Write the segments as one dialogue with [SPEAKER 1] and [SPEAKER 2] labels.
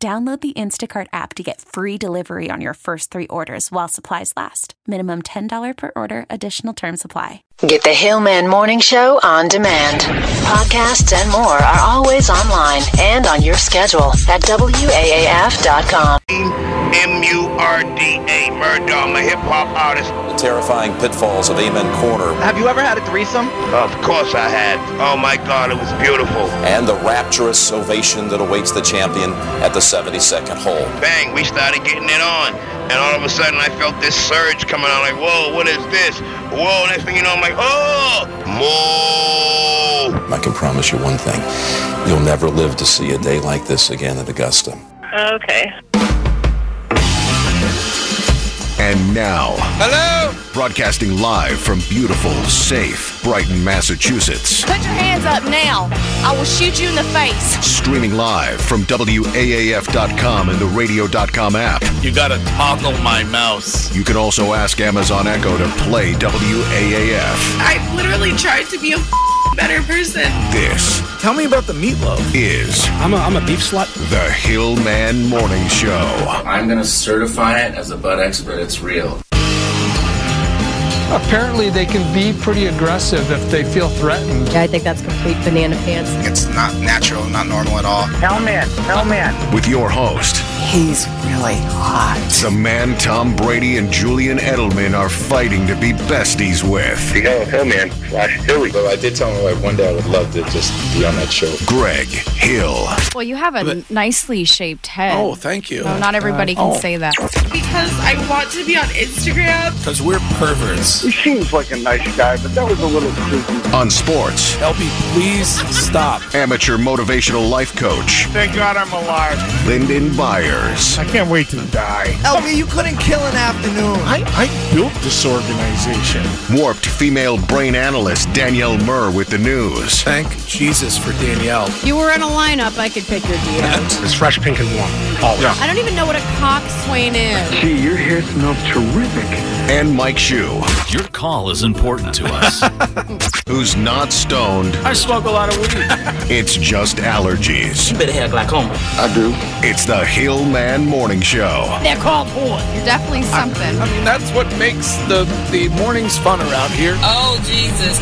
[SPEAKER 1] Download the Instacart app to get free delivery on your first three orders while supplies last. Minimum $10 per order, additional term supply.
[SPEAKER 2] Get the Hillman Morning Show on demand. Podcasts and more are always online and on your schedule at WAAF.com.
[SPEAKER 3] M U R D A, Murda. I'm a hip hop artist.
[SPEAKER 4] The terrifying pitfalls of Amen Corner
[SPEAKER 5] Have you ever had a threesome?
[SPEAKER 3] Of course I had. Oh my God, it was beautiful.
[SPEAKER 4] and the rapturous salvation that awaits the champion at the 72nd hole.
[SPEAKER 3] Bang, we started getting it on. And all of a sudden I felt this surge coming out like, whoa, what is this? Whoa, next thing you know, I'm like, oh, moo.
[SPEAKER 6] I can promise you one thing. You'll never live to see a day like this again at Augusta.
[SPEAKER 7] Okay.
[SPEAKER 8] And now. Hello! Broadcasting live from beautiful, safe Brighton, Massachusetts.
[SPEAKER 9] Put your hands up now. I will shoot you in the face.
[SPEAKER 8] Streaming live from WAAF.com and the radio.com app.
[SPEAKER 10] You gotta toggle my mouse.
[SPEAKER 8] You can also ask Amazon Echo to play WAAF.
[SPEAKER 7] I've literally tried to be a better person.
[SPEAKER 8] This
[SPEAKER 11] Tell me about the meatloaf.
[SPEAKER 8] is
[SPEAKER 11] I'm a, I'm a beef slut.
[SPEAKER 8] the Hillman Morning Show.
[SPEAKER 10] I'm gonna certify it as a butt expert. It's real.
[SPEAKER 11] Apparently, they can be pretty aggressive if they feel threatened.
[SPEAKER 9] I think that's complete banana pants.
[SPEAKER 11] It's not natural, not normal at all.
[SPEAKER 8] With your host,
[SPEAKER 9] He's really hot.
[SPEAKER 8] the man Tom Brady and Julian Edelman are fighting to be besties with.
[SPEAKER 3] You know, Hillman slash Hilly.
[SPEAKER 6] Well, I did tell my wife one day I would love to just be on that show.
[SPEAKER 8] Greg Hill.
[SPEAKER 9] Well, you have a nicely shaped head.
[SPEAKER 6] Oh, thank you.
[SPEAKER 9] No, not everybody can say that.
[SPEAKER 7] Because I want to be on Instagram.
[SPEAKER 10] Because we're perverts.
[SPEAKER 3] He seems like a nice guy, but that was a little creepy.
[SPEAKER 8] On sports,
[SPEAKER 10] LP, please stop.
[SPEAKER 8] amateur motivational life coach,
[SPEAKER 3] Thank God I'm alive.
[SPEAKER 8] Lyndon Byers.
[SPEAKER 3] I can't wait to die.
[SPEAKER 5] LB, you couldn't kill an afternoon.
[SPEAKER 3] I, I built this organization.
[SPEAKER 8] Warped female brain analyst Danielle Murr with the news.
[SPEAKER 10] Thank Jesus for Danielle.
[SPEAKER 9] You were in a lineup, I could pick your D out.
[SPEAKER 3] It's fresh, pink, and warm. Always.
[SPEAKER 9] I don't even know what a coxswain is.
[SPEAKER 3] Gee, your hair smells terrific.
[SPEAKER 8] And Mike Shue,
[SPEAKER 10] Your call is important to us.
[SPEAKER 8] who's not stoned.
[SPEAKER 10] I smoke a lot of weed.
[SPEAKER 8] It's just allergies.
[SPEAKER 10] Better have glaucoma.
[SPEAKER 3] I do.
[SPEAKER 8] It's the Hillman Morning Show.
[SPEAKER 9] They're called boys. You're definitely something.
[SPEAKER 10] I mean, that's what makes the the mornings fun around here.
[SPEAKER 7] Oh, Jesus.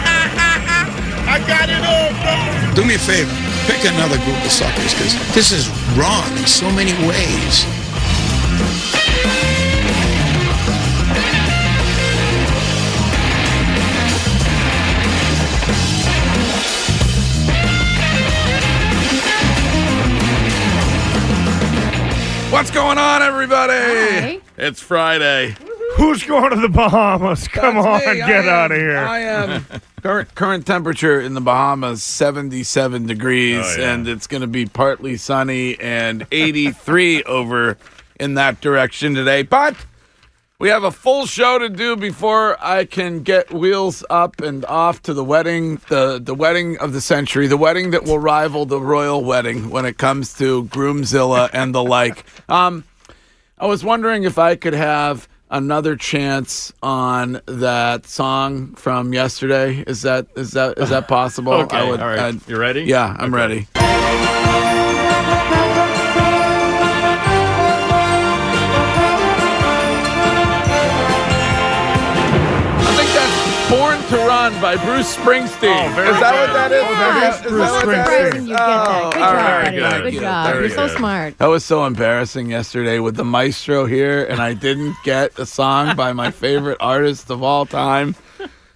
[SPEAKER 3] I got it all, bro.
[SPEAKER 6] Do me a favor, pick another group of suckers because this is wrong in so many ways.
[SPEAKER 10] What's going on, everybody?
[SPEAKER 9] Hi.
[SPEAKER 10] It's Friday.
[SPEAKER 11] Who's going to the Bahamas? Come on,
[SPEAKER 10] That's me. I
[SPEAKER 11] get
[SPEAKER 10] am-
[SPEAKER 11] out of here.
[SPEAKER 10] I am. current current temperature in the Bahamas 77 degrees,
[SPEAKER 11] Oh,
[SPEAKER 10] and it's going to be partly sunny and 83 over in that direction today. But we have a full show to do before I can get wheels up and off to the wedding, the the wedding of the century, the wedding that will rival the royal wedding when it comes to groomzilla and the like. Um, I was wondering if I could have another chance on that song from yesterday. Is that is that is that possible? okay, I would, all right. You ready? Yeah, I'm ready. I think that's Born to Run by Bruce Springsteen.
[SPEAKER 11] Oh, very
[SPEAKER 10] is that
[SPEAKER 11] good.
[SPEAKER 10] what that is?
[SPEAKER 11] Oh,
[SPEAKER 10] Is that-
[SPEAKER 11] that is Bruce
[SPEAKER 10] what that is?
[SPEAKER 11] Springsteen. Surprising
[SPEAKER 9] you get that. Good
[SPEAKER 10] Oh, all
[SPEAKER 9] job,
[SPEAKER 10] right,
[SPEAKER 9] buddy.
[SPEAKER 10] good,
[SPEAKER 9] Good,
[SPEAKER 10] good,
[SPEAKER 9] job.
[SPEAKER 10] very
[SPEAKER 9] You're so
[SPEAKER 10] good.
[SPEAKER 9] smart.
[SPEAKER 10] That was so embarrassing yesterday with the maestro here, and I didn't get a song by my favorite artist of all time.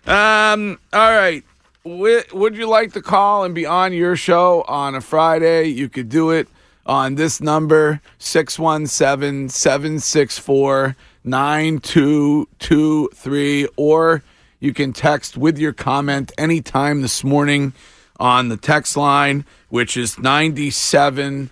[SPEAKER 10] Um, all right. Wi- would you like to call and be on your show on a Friday? You could do it on this number 617 764 9223, or you can text with your comment anytime this morning on the text line, which is 97107.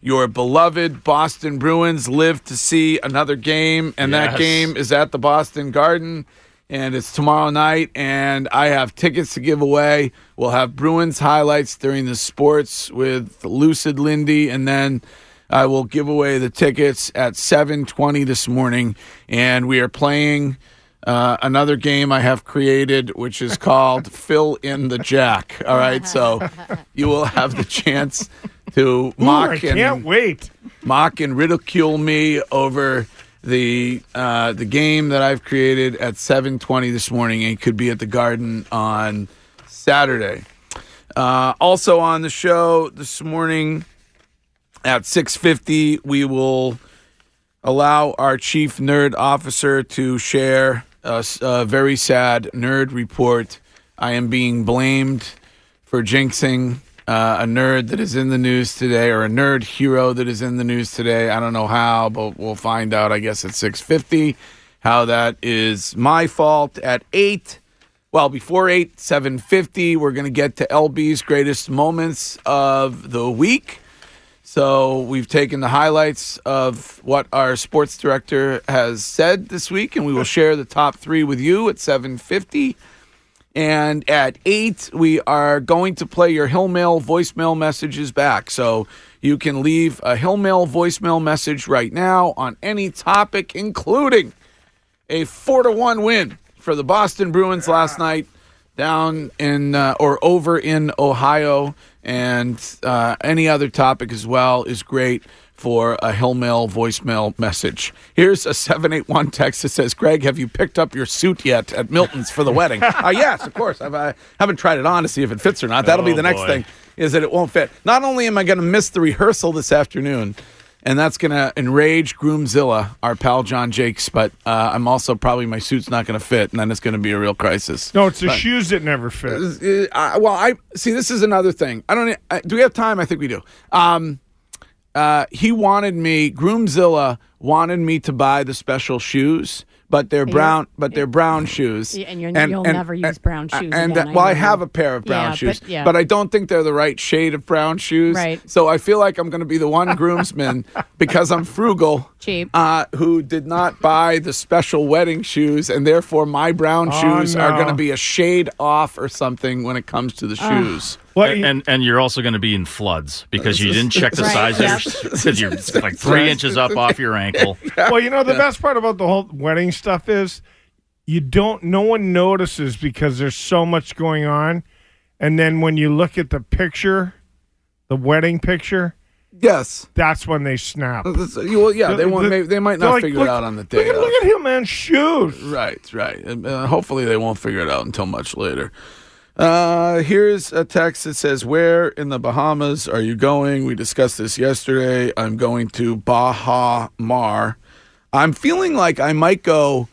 [SPEAKER 10] Your beloved Boston Bruins live to see another game, and that
[SPEAKER 12] Yes.
[SPEAKER 10] game is at the Boston Garden, and it's tomorrow night. And I have tickets to give away. We'll have Bruins highlights during the sports with Lucid Lindy, and then I will give away the tickets at 7:20 this morning, and we are playing uh, another game I have created, which is called Fill in the Jack. All right, so you will have the chance to
[SPEAKER 5] Ooh,
[SPEAKER 10] mock
[SPEAKER 5] I
[SPEAKER 10] and
[SPEAKER 5] can't wait.
[SPEAKER 10] mock and ridicule me over the uh, the game that I've created at 7:20 this morning, and it could be at the Garden on Saturday. Uh, also on the show this morning at 6:50, we will allow our chief nerd officer to share a, s- a very sad nerd report. I am being blamed for jinxing uh, a nerd that is in the news today, or a nerd hero that is in the news today. I don't know how, but we'll find out. I guess at six fifty, how that is my fault. At eight, well before eight, seven fifty, we're gonna get to LB's greatest moments of the week. So we've taken the highlights of what our sports director has said this week, and we will share the top three with you at 750. And at 8, we are going to play your Hill Mail voicemail messages back. So you can leave a Hill Mail voicemail message right now on any topic, including a 4 to 1 win for the Boston Bruins last night down in uh, or over in Ohio. And uh, any other topic as well is great for a Hill Mail voicemail message. Here's a 781 text that says, Greg, have you picked up your suit yet at Milton's for the wedding? uh, yes, of course. I've, I haven't tried it on to see if it fits or not. That'll be
[SPEAKER 7] Oh,
[SPEAKER 10] the next
[SPEAKER 7] boy.
[SPEAKER 10] thing is that it won't fit. Not only am I going to miss the rehearsal this afternoon, and that's going to enrage Groomzilla, our pal John Jakes, but uh, I'm also probably my suit's not going to fit, and then it's going to be a real crisis.
[SPEAKER 5] No, it's the
[SPEAKER 10] But-
[SPEAKER 5] shoes that never fit.
[SPEAKER 10] Uh, uh, well, I see. This is another thing. I don't. Uh, do we have time? I think we do. Um, uh, he wanted me. Groomzilla wanted me to buy the special shoes, but they're
[SPEAKER 13] you're-
[SPEAKER 10] brown. But they're brown shoes.
[SPEAKER 13] Yeah, and you're- you'll never use brown shoes
[SPEAKER 10] And
[SPEAKER 13] again,
[SPEAKER 10] uh,
[SPEAKER 13] I
[SPEAKER 10] well, I
[SPEAKER 13] know.
[SPEAKER 10] have a pair of brown
[SPEAKER 13] Yeah,
[SPEAKER 10] shoes,
[SPEAKER 13] but- yeah.
[SPEAKER 10] but I don't think they're the right shade of brown shoes.
[SPEAKER 13] Right.
[SPEAKER 10] So I feel like I'm going to be the one groomsman because I'm frugal.
[SPEAKER 13] Cheap.
[SPEAKER 10] Uh, who did not buy the special wedding shoes, and therefore my brown
[SPEAKER 5] Oh,
[SPEAKER 10] shoes are
[SPEAKER 5] no.
[SPEAKER 10] going to be a shade off or something when it comes to the shoes.
[SPEAKER 14] and, and and you're also going to be in floods because you didn't check the
[SPEAKER 5] Right,
[SPEAKER 14] size
[SPEAKER 5] yep.
[SPEAKER 14] of your because you're like three inches up off your ankle.
[SPEAKER 5] Well, you know the best part about the whole wedding stuff is you don't. No one notices because there's so much going on, and then when you look at the picture, the wedding picture.
[SPEAKER 10] Yes,
[SPEAKER 5] that's when they snap.
[SPEAKER 10] Well, yeah, they won't. They, they might
[SPEAKER 5] they're
[SPEAKER 10] not
[SPEAKER 5] like,
[SPEAKER 10] figure
[SPEAKER 5] look-
[SPEAKER 10] it out on the
[SPEAKER 5] Look
[SPEAKER 10] day.
[SPEAKER 5] at, look at him, man. Shoes.
[SPEAKER 10] Right, right. And, uh, hopefully, they won't figure it out until much later. Uh, here's a text that says, "Where in the Bahamas are you going?" We discussed this yesterday. I'm going to Baja Mar. I'm feeling like I might go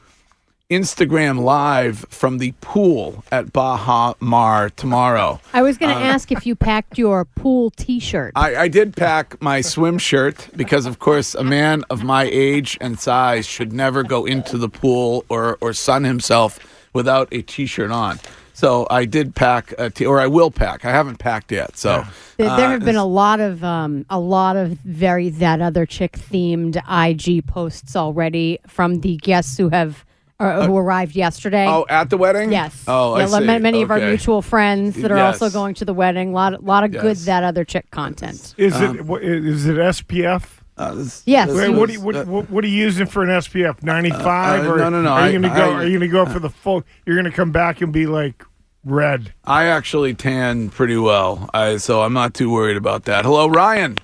[SPEAKER 10] Instagram live from the pool at Baja Mar tomorrow.
[SPEAKER 9] I was going to
[SPEAKER 10] Uh,
[SPEAKER 9] ask if you packed your pool T-shirt.
[SPEAKER 10] I, I did pack my swim shirt because, of course, a man of my age and size should never go into the pool or, or sun himself without a t shirt on. So I did pack a t, or I will pack. I haven't packed yet. So
[SPEAKER 9] There, there
[SPEAKER 10] uh,
[SPEAKER 9] have been a lot of um, a lot of very that other chick themed IG posts already from the guests who have or, who arrived yesterday.
[SPEAKER 10] Uh, oh, at the wedding.
[SPEAKER 9] Yes.
[SPEAKER 10] Oh,
[SPEAKER 9] yeah,
[SPEAKER 10] I
[SPEAKER 9] lo-
[SPEAKER 10] see.
[SPEAKER 9] ma- many of our
[SPEAKER 10] Okay.
[SPEAKER 9] mutual friends that are also
[SPEAKER 10] Yes.
[SPEAKER 9] going to the wedding. A lot, lot of good
[SPEAKER 10] Yes.
[SPEAKER 9] that other chick content.
[SPEAKER 5] Is it wha- is it SPF?
[SPEAKER 10] Um, Uh, this-
[SPEAKER 9] Yes.
[SPEAKER 5] Wait,
[SPEAKER 9] this
[SPEAKER 5] what, are
[SPEAKER 9] is-
[SPEAKER 5] you, what, what, what are you using for an SPF? Ninety five?
[SPEAKER 10] Uh, uh,
[SPEAKER 5] or
[SPEAKER 10] no, no, no,
[SPEAKER 5] Are you
[SPEAKER 10] I-
[SPEAKER 5] gonna go?
[SPEAKER 10] I-
[SPEAKER 5] are you gonna go for the full? You're gonna come back and be like red.
[SPEAKER 10] I actually tan pretty well, I, so I'm not too worried about that. Hello, Ryan.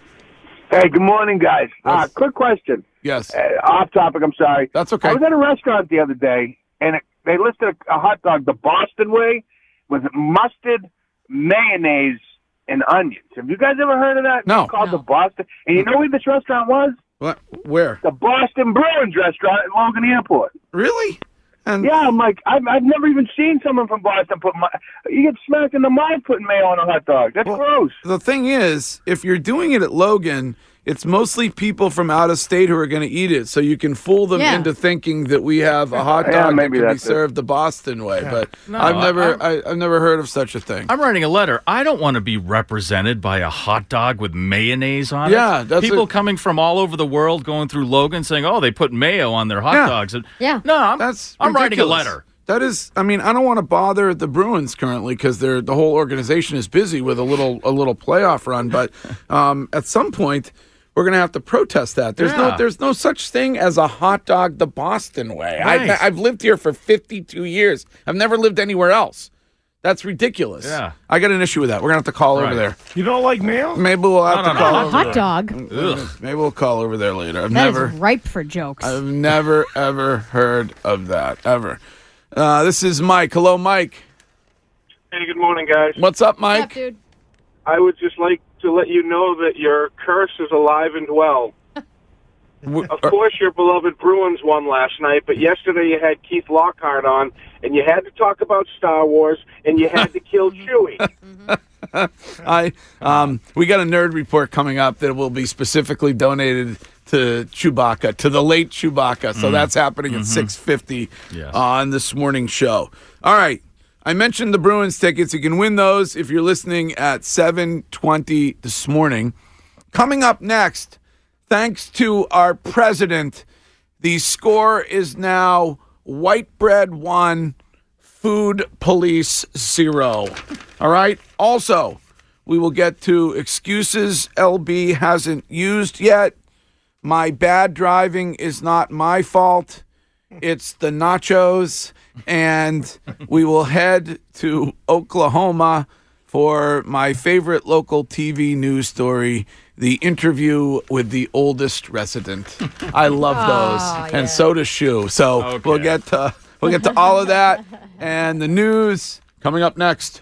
[SPEAKER 11] Hey, good morning, guys. Uh, quick question.
[SPEAKER 10] Yes.
[SPEAKER 11] Uh, off topic, I'm sorry.
[SPEAKER 10] That's okay.
[SPEAKER 11] I was at a restaurant the other day, and it, they listed a, a hot dog the Boston way with mustard, mayonnaise, and onions. Have you guys ever heard of that?
[SPEAKER 10] No.
[SPEAKER 11] It's called the Boston. And you know where this restaurant was?
[SPEAKER 10] What? Where?
[SPEAKER 11] The Boston Bruins restaurant at Logan Airport.
[SPEAKER 10] Really? And
[SPEAKER 11] yeah, I'm like, I've, I've never even seen someone from Boston put my. You get smacked in the mind putting mayo on a hot dog. That's gross.
[SPEAKER 10] The thing is, if you're doing it at Logan, It's mostly people from out of state who are going to eat it, so you can fool them
[SPEAKER 12] Yeah.
[SPEAKER 10] into thinking that we have a hot dog
[SPEAKER 12] Yeah,
[SPEAKER 10] that
[SPEAKER 12] maybe
[SPEAKER 10] can be
[SPEAKER 12] that's it.
[SPEAKER 10] served the Boston way. But
[SPEAKER 14] No,
[SPEAKER 10] I've
[SPEAKER 14] I-
[SPEAKER 10] never, I, I've never heard of such a thing.
[SPEAKER 14] I'm writing a letter. I don't want to be represented by a hot dog with mayonnaise on it.
[SPEAKER 10] Yeah, that's
[SPEAKER 14] people
[SPEAKER 10] a-
[SPEAKER 14] coming from all over the world going through Logan saying, "Oh, they put mayo on their hot
[SPEAKER 10] Yeah.
[SPEAKER 14] dogs." And-
[SPEAKER 9] Yeah.
[SPEAKER 14] No, I'm,
[SPEAKER 10] that's
[SPEAKER 14] I'm writing a
[SPEAKER 10] ridiculous.
[SPEAKER 14] letter.
[SPEAKER 10] That is, I mean, I don't want to bother the Bruins currently because they're the whole organization is busy with a little a little playoff run. But um, at some point, we're going to have to protest that. There's
[SPEAKER 12] Yeah.
[SPEAKER 10] no there's no such thing as a hot dog the Boston way.
[SPEAKER 12] Right.
[SPEAKER 10] I, I've lived here for 52 years. I've never lived anywhere else. That's ridiculous.
[SPEAKER 5] Yeah.
[SPEAKER 10] I got an issue with that. We're going to have to call
[SPEAKER 5] Right.
[SPEAKER 10] over there.
[SPEAKER 5] You don't like mail?
[SPEAKER 10] Maybe we'll have to
[SPEAKER 5] No, no, no,
[SPEAKER 10] call
[SPEAKER 5] not
[SPEAKER 10] over
[SPEAKER 5] hot
[SPEAKER 10] there.
[SPEAKER 9] dog.
[SPEAKER 10] Ugh. Maybe we'll call over there later. I've
[SPEAKER 9] That is
[SPEAKER 10] never
[SPEAKER 9] ripe for jokes.
[SPEAKER 10] I've never ever heard of that ever. Uh, this is Mike. Hello, Mike.
[SPEAKER 7] Hey, good morning, guys.
[SPEAKER 10] What's up, Mike?
[SPEAKER 9] dude?
[SPEAKER 7] I would just like to let you know that your curse is alive and well. of
[SPEAKER 10] er-
[SPEAKER 7] course, your beloved Bruins won last night, but yesterday you had Keith Lockhart on, and you had to talk about Star Wars, and you had to kill Chewie.
[SPEAKER 10] I um, we got a nerd report coming up that will be specifically donated to Chewbacca, to the late Chewbacca. So
[SPEAKER 12] Mm.
[SPEAKER 10] that's happening at six fifty on this morning's show. All right. I mentioned the Bruins tickets. You can win those if you're listening at 7:20 this morning. Coming up next, thanks to our president, the score is now white bread 1 Food Police Zero. All right. Also, we will get to excuses LB hasn't used yet. My bad driving is not my fault. It's the nachos. And we will head to Oklahoma for my favorite local TV news story the interview with the oldest resident. I love those. And so does Shu. So
[SPEAKER 14] Oh,
[SPEAKER 10] we'll get to, we'll get to all of that and the news coming up next.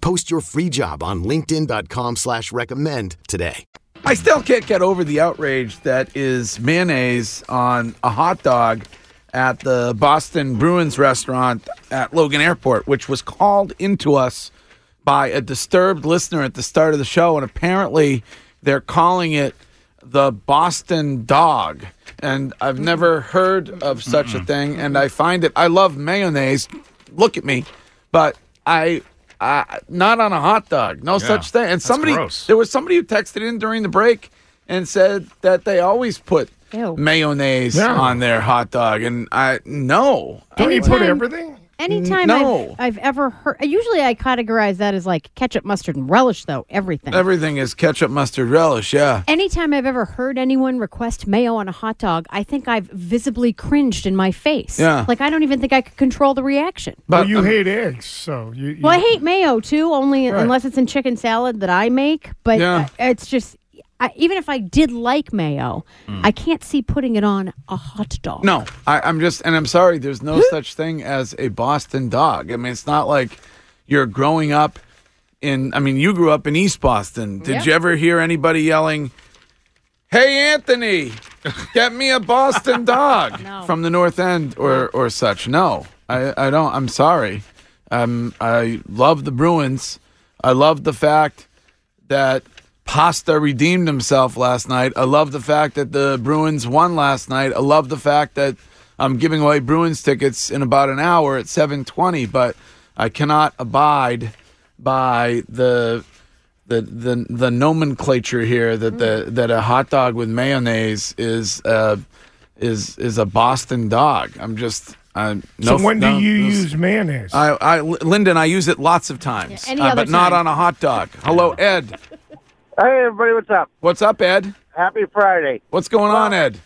[SPEAKER 15] Post your free job on linkedin.com/recommend slash recommend today.
[SPEAKER 10] I still can't get over the outrage that is mayonnaise on a hot dog at the Boston Bruins restaurant at Logan Airport, which was called into us by a disturbed listener at the start of the show. And apparently, they're calling it the Boston dog. And I've never heard of such a thing. And I find it, I love mayonnaise. Look at me. But I. I not on a hot dog. No
[SPEAKER 12] Yeah,
[SPEAKER 10] such thing. And
[SPEAKER 12] that's
[SPEAKER 10] somebody,
[SPEAKER 12] gross.
[SPEAKER 10] there was somebody who texted in during the break and said that they always put
[SPEAKER 9] Ew.
[SPEAKER 10] mayonnaise
[SPEAKER 9] No.
[SPEAKER 10] on their hot dog, and I no.
[SPEAKER 9] Don't you put Anytime- everything? Anytime
[SPEAKER 10] Mm, No.
[SPEAKER 9] I've, I've ever heard, usually I categorize that as like ketchup, mustard, and relish, though everything.
[SPEAKER 10] Everything is ketchup, mustard, relish. Yeah.
[SPEAKER 9] Anytime I've ever heard anyone request mayo on a hot dog, I think I've visibly cringed in my face.
[SPEAKER 5] Yeah.
[SPEAKER 9] Like I don't even think I could control the reaction.
[SPEAKER 5] But you hate eggs, so you. you
[SPEAKER 9] Well, I hate mayo too, only
[SPEAKER 5] Right.
[SPEAKER 9] unless it's in chicken salad that I make. But
[SPEAKER 5] Yeah.
[SPEAKER 9] uh, it's just, I, even if I did like mayo, I can't see putting it on a hot dog.
[SPEAKER 10] No, I, I'm just, and I'm sorry. There's no such thing as a Boston dog. I mean, it's not like you're growing up in. I mean, you grew up in East Boston. Did
[SPEAKER 12] Yeah.
[SPEAKER 10] you ever hear anybody yelling, "Hey, Anthony, get me a Boston dog" from the North End or or such? No, I, I don't. I'm sorry. Um, I love the Bruins. I love the fact that Pasta redeemed himself last night. I love the fact that the Bruins won last night. I love the fact that I'm giving away Bruins tickets in about an hour at 7:20, but I cannot abide by the the the, the nomenclature here that the that a hot dog with mayonnaise is uh is is a Boston dog. I'm just I
[SPEAKER 5] So
[SPEAKER 10] no
[SPEAKER 5] when
[SPEAKER 10] no-
[SPEAKER 5] do you
[SPEAKER 10] no-
[SPEAKER 5] use mayonnaise?
[SPEAKER 10] I, I, Lyndon, I use it lots of times,
[SPEAKER 5] any
[SPEAKER 10] uh,
[SPEAKER 5] other
[SPEAKER 10] but not
[SPEAKER 5] time.
[SPEAKER 10] on a hot dog. Hello, Ed.
[SPEAKER 7] Hey, everybody, what's up?
[SPEAKER 10] What's up, Ed?
[SPEAKER 7] Happy Friday.
[SPEAKER 10] What's going on, Ed?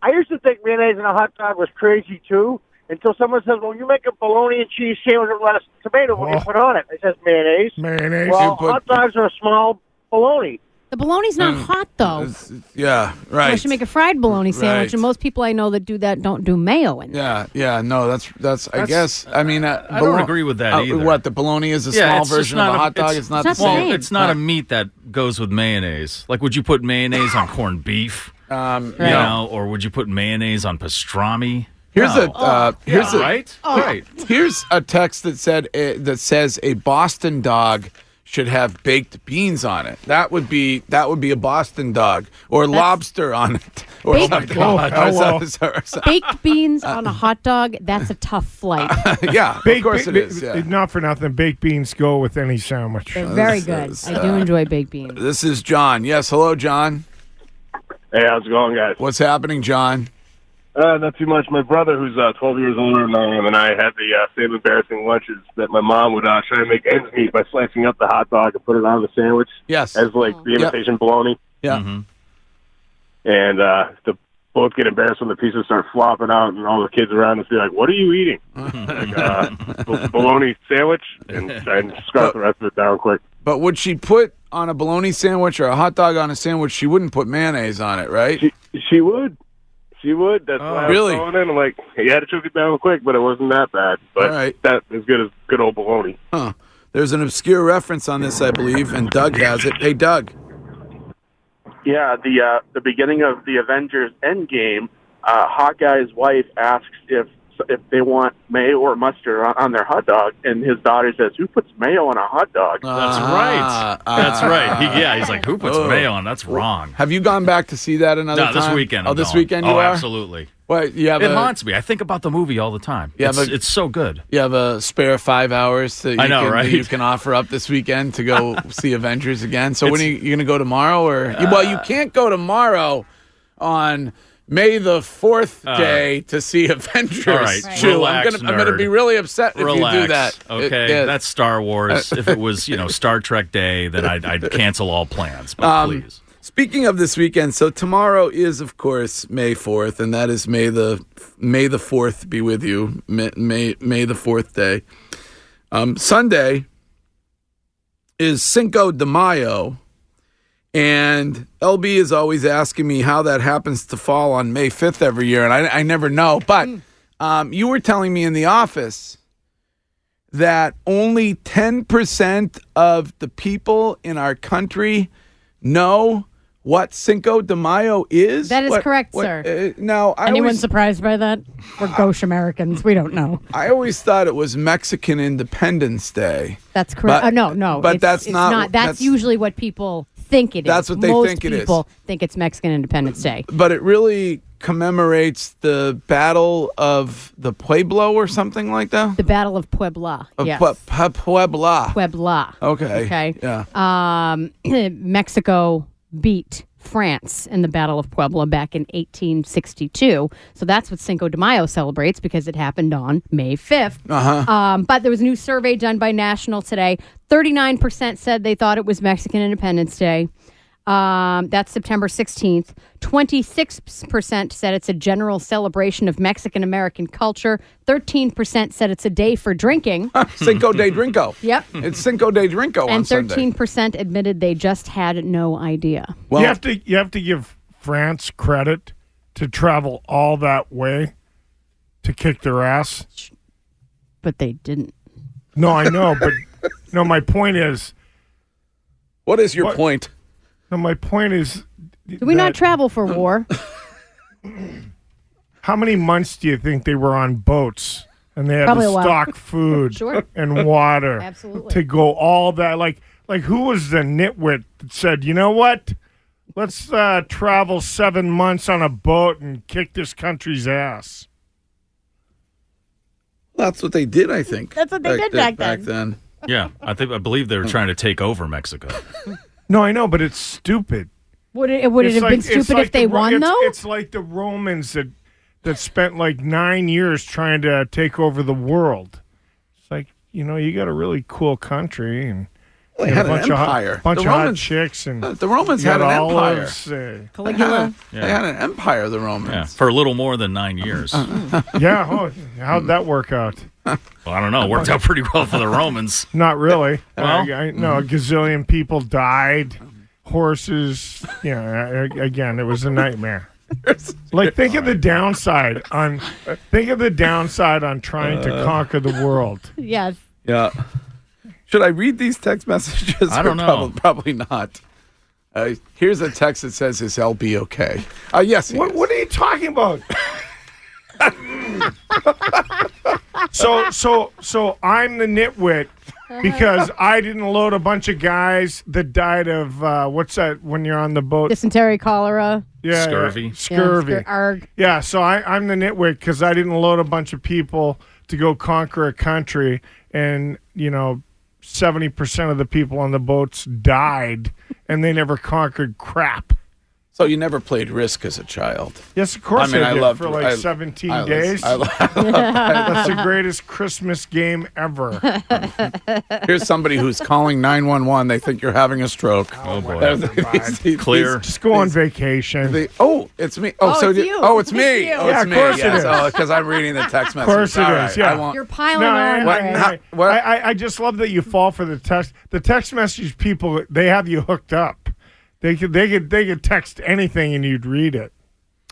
[SPEAKER 7] I used to think mayonnaise in a hot dog was crazy too, until someone says, "Well, you make a bologna and cheese sandwich with lettuce and tomato. What do you put on it?" It says mayonnaise.
[SPEAKER 5] Mayonnaise.
[SPEAKER 7] Well,
[SPEAKER 5] You put-
[SPEAKER 7] hot dogs are a small bologna.
[SPEAKER 9] The bologna's not
[SPEAKER 10] Mm.
[SPEAKER 9] hot though.
[SPEAKER 10] Yeah,
[SPEAKER 9] I
[SPEAKER 10] right.
[SPEAKER 9] should make a fried bologna sandwich,
[SPEAKER 10] Right.
[SPEAKER 9] and most people I know that do that don't do mayo in. it.
[SPEAKER 10] Yeah, yeah, no, that's that's. I
[SPEAKER 14] That's-
[SPEAKER 10] guess I mean, uh,
[SPEAKER 14] I don't
[SPEAKER 10] bolo-
[SPEAKER 14] agree with that
[SPEAKER 10] uh,
[SPEAKER 14] either.
[SPEAKER 10] What the bologna is a
[SPEAKER 14] Yeah,
[SPEAKER 10] small
[SPEAKER 14] it's just
[SPEAKER 10] version of
[SPEAKER 14] not
[SPEAKER 10] a hot dog. It's, not the
[SPEAKER 14] well,
[SPEAKER 10] same.
[SPEAKER 14] It's not a
[SPEAKER 10] Uh,
[SPEAKER 14] meat that goes with mayonnaise. Like, would you put mayonnaise on corned beef?
[SPEAKER 10] Um,
[SPEAKER 14] you
[SPEAKER 10] Right.
[SPEAKER 14] know, or would you put mayonnaise on pastrami?
[SPEAKER 10] Here's
[SPEAKER 14] No.
[SPEAKER 9] Oh.
[SPEAKER 10] a uh, here's
[SPEAKER 14] Yeah,
[SPEAKER 10] a,
[SPEAKER 14] right. Right.
[SPEAKER 10] Here's a text that said uh, that says a Boston dog should have baked beans on it. That would be that would be a Boston dog or lobster on it or
[SPEAKER 9] Baked-
[SPEAKER 10] something.
[SPEAKER 9] Oh my God.
[SPEAKER 10] Or
[SPEAKER 9] Oh, well.
[SPEAKER 10] something- or something.
[SPEAKER 9] Baked beans on a hot dog—that's a tough flight.
[SPEAKER 10] yeah,
[SPEAKER 5] Baked
[SPEAKER 10] of course
[SPEAKER 5] be-
[SPEAKER 10] it is.
[SPEAKER 5] be-
[SPEAKER 10] Yeah.
[SPEAKER 5] Not for nothing. Baked beans go with any sandwich.
[SPEAKER 9] They're very good. I do enjoy baked beans.
[SPEAKER 10] This is John. Yes, hello, John.
[SPEAKER 7] Hey, how's it going, guys?
[SPEAKER 10] What's happening, John?
[SPEAKER 7] Uh, not too much. My brother, who's uh, 12 years older than I am, and I had the uh, same embarrassing lunches that my mom would uh, try to make ends meet by slicing up the hot dog and put it on the sandwich.
[SPEAKER 10] Yes.
[SPEAKER 7] As like the
[SPEAKER 10] Yep.
[SPEAKER 7] imitation bologna.
[SPEAKER 10] Yeah.
[SPEAKER 14] Mm-hmm.
[SPEAKER 7] And uh, the both get embarrassed when the pieces start flopping out, and all the kids around us be like, "What are you eating?" like, uh, b- bologna sandwich, and try and scarf the rest of it down quick.
[SPEAKER 10] But would she put on a bologna sandwich or a hot dog on a sandwich? She wouldn't put mayonnaise on it, right? She,
[SPEAKER 7] she would. She would. That's why I was
[SPEAKER 10] really?
[SPEAKER 7] throwing in. I'm like, you had to choke it down quick, but it wasn't that bad. But
[SPEAKER 10] All right.
[SPEAKER 7] that as good as good old bologna.
[SPEAKER 10] Huh. There's an obscure reference on this, I believe, and Doug has it. Hey, Doug.
[SPEAKER 12] Yeah, the uh, the beginning of the Avengers Endgame, uh, Hawkeye's wife asks if if they want mayo or mustard on, on their hot dog, and his daughter says, "Who puts mayo on a hot dog?"
[SPEAKER 14] That's right. That's right. He, yeah, he's like, who puts
[SPEAKER 10] Uh, Oh.
[SPEAKER 14] mayo on? That's wrong.
[SPEAKER 10] Have you gone back to see that another
[SPEAKER 14] no,
[SPEAKER 10] time?
[SPEAKER 14] this weekend.
[SPEAKER 10] Oh,
[SPEAKER 14] I'm
[SPEAKER 10] this
[SPEAKER 14] going.
[SPEAKER 10] weekend you
[SPEAKER 14] oh,
[SPEAKER 10] are?
[SPEAKER 14] absolutely.
[SPEAKER 10] What, you have
[SPEAKER 14] it
[SPEAKER 10] a-
[SPEAKER 14] haunts me. I think about the movie all the time.
[SPEAKER 10] You have
[SPEAKER 14] it's,
[SPEAKER 10] a-
[SPEAKER 14] it's so good.
[SPEAKER 10] You have a spare five hours that you,
[SPEAKER 14] I know,
[SPEAKER 10] can, that
[SPEAKER 14] right?
[SPEAKER 10] you can offer up this weekend to go see Avengers again. So when are
[SPEAKER 14] It's- Uh,
[SPEAKER 10] you, you going to go tomorrow? or Well, you can't go tomorrow on May the 4th
[SPEAKER 14] Uh,
[SPEAKER 10] day to see Avengers.
[SPEAKER 14] All right,
[SPEAKER 10] Two.
[SPEAKER 14] relax,
[SPEAKER 10] I'm going to
[SPEAKER 14] nerd.
[SPEAKER 10] be really upset if
[SPEAKER 14] Relax.
[SPEAKER 10] you do that. It-
[SPEAKER 14] Okay,
[SPEAKER 10] yeah.
[SPEAKER 14] that's Star Wars. if it was, you know, Star Trek Day, then I'd, I'd cancel all plans. But
[SPEAKER 10] Um,
[SPEAKER 14] please.
[SPEAKER 10] Speaking of this weekend, so tomorrow is, of course, May fourth, and that is May the May the fourth be with you. May May, May the fourth day. Um, Sunday is Cinco de Mayo, and LB is always asking me how that happens to fall on May fifth every year, and I, I never know. But
[SPEAKER 9] Hmm.
[SPEAKER 10] um, you were telling me in the office that only 10% of the people in our country know what Cinco de Mayo is?
[SPEAKER 9] That is
[SPEAKER 10] What-
[SPEAKER 9] correct,
[SPEAKER 10] what-
[SPEAKER 9] sir.
[SPEAKER 10] uh, now, I
[SPEAKER 9] Anyone
[SPEAKER 10] always,
[SPEAKER 9] surprised by that? We're gauche Americans. We don't know.
[SPEAKER 10] I always thought it was Mexican Independence Day.
[SPEAKER 9] That's correct.
[SPEAKER 10] But-
[SPEAKER 9] uh, no, no.
[SPEAKER 10] but
[SPEAKER 9] it's-
[SPEAKER 10] that's
[SPEAKER 9] it's
[SPEAKER 10] not-
[SPEAKER 9] That's,
[SPEAKER 10] that's-
[SPEAKER 9] usually what people think it is.
[SPEAKER 10] That's what they
[SPEAKER 9] Most
[SPEAKER 10] think it is.
[SPEAKER 9] People think it's Mexican Independence Day.
[SPEAKER 10] But it really commemorates the Battle of the Pueblo or something like that?
[SPEAKER 9] The Battle of Puebla.
[SPEAKER 10] Of
[SPEAKER 9] yes.
[SPEAKER 10] Pue- Pue- Puebla.
[SPEAKER 9] Puebla.
[SPEAKER 10] Okay.
[SPEAKER 9] Okay.
[SPEAKER 10] Yeah.
[SPEAKER 9] Um, Mexico beat France in the Battle of Puebla back in 1862. So that's what Cinco de Mayo celebrates because it happened on May 5th.
[SPEAKER 10] Uh-huh.
[SPEAKER 9] Um, but there was a new survey done by National today. 39% said they thought it was Mexican Independence Day. Um, that's September 16th. 26% said it's a general celebration of Mexican American culture. 13% said it's a day for drinking.
[SPEAKER 10] Cinco de Drinko.
[SPEAKER 9] Yep.
[SPEAKER 10] It's Cinco de Drinko
[SPEAKER 5] Oh,
[SPEAKER 10] on
[SPEAKER 9] and
[SPEAKER 10] Sunday.
[SPEAKER 9] 13% admitted they just had no idea.
[SPEAKER 10] Well-
[SPEAKER 5] you have to you have to give France credit to travel all that way to kick their ass.
[SPEAKER 9] But they didn't.
[SPEAKER 5] No, I know, but no, my point is
[SPEAKER 10] What is your point?
[SPEAKER 5] No, my point is
[SPEAKER 9] Do we not travel for war?
[SPEAKER 5] how many months do you think they were on boats and they had
[SPEAKER 9] Probably a
[SPEAKER 5] to
[SPEAKER 9] while.
[SPEAKER 5] stock food
[SPEAKER 9] Sure.
[SPEAKER 5] and water
[SPEAKER 9] Absolutely.
[SPEAKER 5] to go all that like like who was the nitwit that said you know what let's uh, travel seven months on a boat and kick this country's ass
[SPEAKER 10] That's what they did, I think.
[SPEAKER 5] That's what they did back
[SPEAKER 10] Back then.
[SPEAKER 14] Yeah, I think I believe they were trying to take over Mexico.
[SPEAKER 5] no i know but it's stupid
[SPEAKER 9] Would it, would it
[SPEAKER 5] It's
[SPEAKER 9] have been
[SPEAKER 5] like- it's
[SPEAKER 9] stupid
[SPEAKER 5] like
[SPEAKER 9] if they
[SPEAKER 5] the Ro-
[SPEAKER 9] won,
[SPEAKER 5] it's-
[SPEAKER 9] though?
[SPEAKER 5] It's like the Romans that that spent like nine years trying to take over the world. It's like you know you got a really cool country and
[SPEAKER 10] Well, they
[SPEAKER 5] you know,
[SPEAKER 10] had an empire.
[SPEAKER 5] Hot, bunch
[SPEAKER 10] The
[SPEAKER 5] of hot
[SPEAKER 10] Romans-
[SPEAKER 5] chicks and
[SPEAKER 10] uh, the Romans
[SPEAKER 5] you
[SPEAKER 10] had
[SPEAKER 5] got
[SPEAKER 10] an empire.
[SPEAKER 5] olives, uh,
[SPEAKER 10] Caligula.
[SPEAKER 14] Yeah.
[SPEAKER 10] They had an empire, the Romans.
[SPEAKER 14] Yeah, for a little more than nine years. well,
[SPEAKER 5] yeah, oh, how'd that work out?
[SPEAKER 14] I don't know. It worked out pretty well for the Romans.
[SPEAKER 5] Not really.
[SPEAKER 14] Well,
[SPEAKER 5] I, I, no, a gazillion people died. horses. Yeah, a- again, it was a nightmare. Like think of the downside on think of the downside on trying to
[SPEAKER 10] Uh.
[SPEAKER 5] conquer the world.
[SPEAKER 9] Yes.
[SPEAKER 10] Yeah. Should I read these text messages?
[SPEAKER 14] I don't
[SPEAKER 10] Or
[SPEAKER 14] know.
[SPEAKER 10] prob- Probably, not. Uh, here's a text that says, "Is LB okay?" Uh, yes. What,
[SPEAKER 5] what are you talking about? So so so I'm the nitwit because I didn't load a bunch of guys that died of uh, what's that when you're on the boat?
[SPEAKER 9] Dysentery, cholera.
[SPEAKER 5] Yeah,
[SPEAKER 14] Scurvy.
[SPEAKER 5] yeah. scurvy.
[SPEAKER 9] Yeah, scur- arg.
[SPEAKER 5] Yeah, so I, I'm the nitwit because I didn't load a bunch of people to go conquer a country, and you know, seventy percent of the people on the boats died, and they never conquered crap.
[SPEAKER 10] So you never played Risk as a child?
[SPEAKER 5] Yes, of course.
[SPEAKER 10] I mean, I,
[SPEAKER 5] did
[SPEAKER 10] loved
[SPEAKER 5] for like
[SPEAKER 10] I-
[SPEAKER 5] seventeen
[SPEAKER 10] I was-
[SPEAKER 5] days.
[SPEAKER 10] I lo-
[SPEAKER 5] That's the greatest Christmas game ever.
[SPEAKER 10] Here's somebody who's calling 911. They think you're having a stroke. Oh, boy.
[SPEAKER 5] Clear. Just go on vacation.
[SPEAKER 10] oh, it's me. Oh,
[SPEAKER 5] Oh,
[SPEAKER 10] so
[SPEAKER 5] it's
[SPEAKER 10] did-
[SPEAKER 5] you.
[SPEAKER 10] oh, it's me.
[SPEAKER 5] It's you.
[SPEAKER 10] Oh,
[SPEAKER 5] Yeah,
[SPEAKER 10] it's
[SPEAKER 5] of
[SPEAKER 10] me.
[SPEAKER 5] course it is.
[SPEAKER 10] because I'm reading the text
[SPEAKER 5] Of
[SPEAKER 10] messages.
[SPEAKER 5] course it is.
[SPEAKER 10] All right,
[SPEAKER 5] Yeah,
[SPEAKER 10] I won't-
[SPEAKER 5] No, I-
[SPEAKER 10] What?
[SPEAKER 5] I, I, I, I just love that you fall for the text. The text message people they have you hooked up. They could they could they could text anything and you'd read it.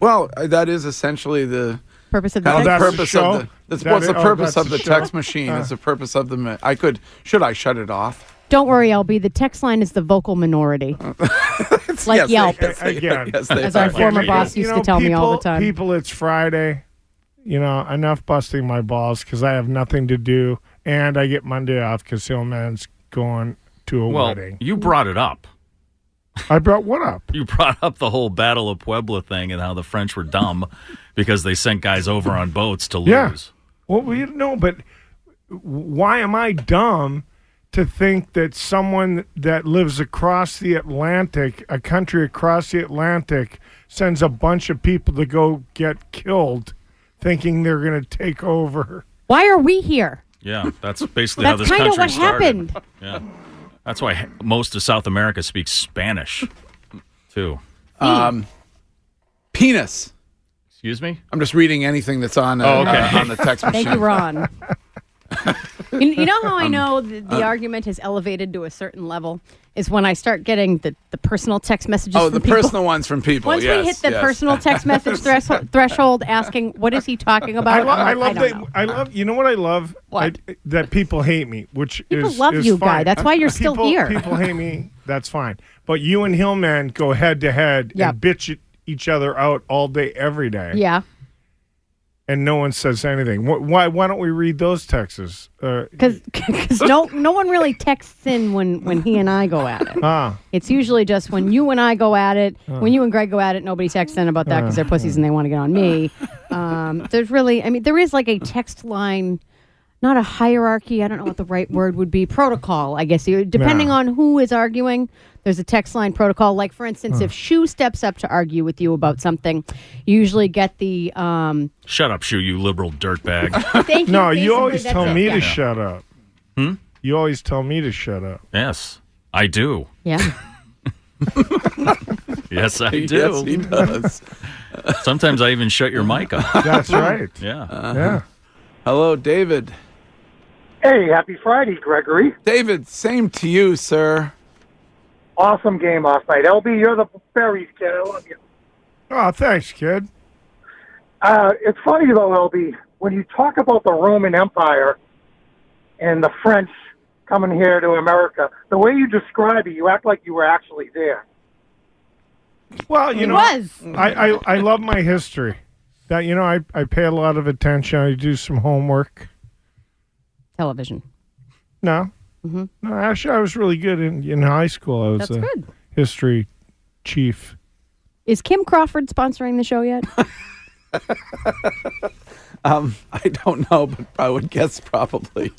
[SPEAKER 10] Well, uh, that is essentially the
[SPEAKER 9] purpose of
[SPEAKER 5] the
[SPEAKER 10] kind
[SPEAKER 5] text-
[SPEAKER 10] the
[SPEAKER 5] Oh, that's the
[SPEAKER 10] purpose
[SPEAKER 5] show?
[SPEAKER 10] of the. That's,
[SPEAKER 5] That
[SPEAKER 10] what's
[SPEAKER 5] is-
[SPEAKER 10] the
[SPEAKER 5] oh,
[SPEAKER 10] purpose
[SPEAKER 5] that's
[SPEAKER 10] of
[SPEAKER 5] the
[SPEAKER 10] the
[SPEAKER 5] show?
[SPEAKER 10] text machine?
[SPEAKER 5] Uh.
[SPEAKER 10] It's the purpose of the. ma- I could. Should I shut it off?
[SPEAKER 9] Don't worry, LB. The text line is the vocal minority. It's like
[SPEAKER 10] Yes, they-
[SPEAKER 9] Yelp.
[SPEAKER 10] yes, they-
[SPEAKER 5] Again,
[SPEAKER 10] yes, they
[SPEAKER 9] As our
[SPEAKER 10] are.
[SPEAKER 9] former
[SPEAKER 10] You
[SPEAKER 9] boss
[SPEAKER 10] know,
[SPEAKER 9] used to tell me all the
[SPEAKER 5] people-
[SPEAKER 9] time.
[SPEAKER 5] People, it's Friday. You know, enough busting my balls because I have nothing to do, and I get Monday off because Hillman's going to a
[SPEAKER 14] well,
[SPEAKER 5] wedding.
[SPEAKER 14] you brought it up.
[SPEAKER 5] I brought what up?
[SPEAKER 14] You brought up the whole Battle of Puebla thing and how the French were dumb because they sent guys over on boats to lose.
[SPEAKER 5] Yeah. Well, we know, but why am I dumb to think that someone that lives across the Atlantic, a country across the Atlantic, sends a bunch of people to go get killed, thinking they're going to take over?
[SPEAKER 9] Why are we here?
[SPEAKER 14] Yeah, that's basically how
[SPEAKER 9] That's
[SPEAKER 14] this country
[SPEAKER 9] kind of what
[SPEAKER 14] started.
[SPEAKER 9] happened.
[SPEAKER 14] Yeah, that's why h- most of South America speaks Spanish, too.
[SPEAKER 10] Um, penis.
[SPEAKER 14] Excuse me.
[SPEAKER 10] I'm just reading anything that's on. Uh,
[SPEAKER 14] Oh, okay.
[SPEAKER 10] uh, on the text machine.
[SPEAKER 9] Thank you, Ron. you, you know how I
[SPEAKER 10] Um,
[SPEAKER 9] know the, the
[SPEAKER 10] uh,
[SPEAKER 9] argument is elevated to a certain level is when I start getting the, the personal text messages.
[SPEAKER 10] oh,
[SPEAKER 9] from
[SPEAKER 10] the
[SPEAKER 9] people.
[SPEAKER 10] personal ones from people.
[SPEAKER 9] Once
[SPEAKER 10] yes,
[SPEAKER 9] we hit the
[SPEAKER 10] yes.
[SPEAKER 9] personal text message thresh- threshold, asking what is he talking about,
[SPEAKER 5] I, lo-
[SPEAKER 9] I'm
[SPEAKER 5] I
[SPEAKER 9] like,
[SPEAKER 5] love
[SPEAKER 9] don't
[SPEAKER 5] that.
[SPEAKER 9] know.
[SPEAKER 5] I love. You know what I love?
[SPEAKER 9] What?
[SPEAKER 5] I- that people hate me, which
[SPEAKER 9] People
[SPEAKER 5] is,
[SPEAKER 9] love
[SPEAKER 5] is
[SPEAKER 9] you, Guy.
[SPEAKER 5] fine.
[SPEAKER 9] That's why you're still
[SPEAKER 5] People-
[SPEAKER 9] here.
[SPEAKER 5] People hate me. That's fine. But you and Hillman go head to head
[SPEAKER 9] Yeah.
[SPEAKER 5] and bitch at each other out all day, every day.
[SPEAKER 9] Yeah,
[SPEAKER 5] and no one says anything. Wh- Why? Why don't we read those texts? Uh,
[SPEAKER 9] because no no one really texts in when when he and I go at it.
[SPEAKER 5] ah,
[SPEAKER 9] It's usually just when you and I go at it,
[SPEAKER 5] Uh.
[SPEAKER 9] when you and Greg go at it, nobody texts in about that because they're pussies and they want to get on me. Um, there's really, I mean, there is like a text line, not a hierarchy. I don't know what the right word would be. Protocol, I guess. You Depending
[SPEAKER 16] Yeah.
[SPEAKER 9] on who is arguing, there's a text line protocol. Like, for instance,
[SPEAKER 5] Uh.
[SPEAKER 9] if Shu steps up to argue with you about something, you usually get the. Um,
[SPEAKER 14] Shut up, shoe, you liberal dirtbag.
[SPEAKER 9] Thank you.
[SPEAKER 5] no, you
[SPEAKER 9] Basically,
[SPEAKER 5] always
[SPEAKER 9] that's
[SPEAKER 5] tell
[SPEAKER 9] it.
[SPEAKER 5] me
[SPEAKER 9] Yeah.
[SPEAKER 5] to shut up.
[SPEAKER 14] Hmm?
[SPEAKER 5] You always tell me to shut up.
[SPEAKER 14] yes, I do.
[SPEAKER 9] Yeah.
[SPEAKER 14] Yes, I do.
[SPEAKER 10] Yes, he does.
[SPEAKER 14] Sometimes I even shut your mic up.
[SPEAKER 5] That's right.
[SPEAKER 14] Yeah.
[SPEAKER 5] Yeah.
[SPEAKER 10] Hello, David.
[SPEAKER 17] Hey, happy Friday, Gregory.
[SPEAKER 10] David, same to you, sir.
[SPEAKER 17] Awesome game last night. LB, you're the berries kid. I love you.
[SPEAKER 5] Oh, thanks, kid.
[SPEAKER 17] Uh, it's funny, though, LB, when you talk about the Roman Empire and the French coming here to America, the way you describe it, you act like you were actually there.
[SPEAKER 5] Well, you
[SPEAKER 17] It
[SPEAKER 5] know,
[SPEAKER 17] was.
[SPEAKER 5] I, I I love my history. That you know, I I pay a lot of attention. I do some homework.
[SPEAKER 9] Television.
[SPEAKER 5] No,
[SPEAKER 9] mm-hmm.
[SPEAKER 5] no. Actually, I was really good in in high school. I was
[SPEAKER 9] That's
[SPEAKER 5] a
[SPEAKER 9] good.
[SPEAKER 5] history chief.
[SPEAKER 9] Is Kim Crawford sponsoring the show yet?
[SPEAKER 10] Um, I don't know, but I would guess probably.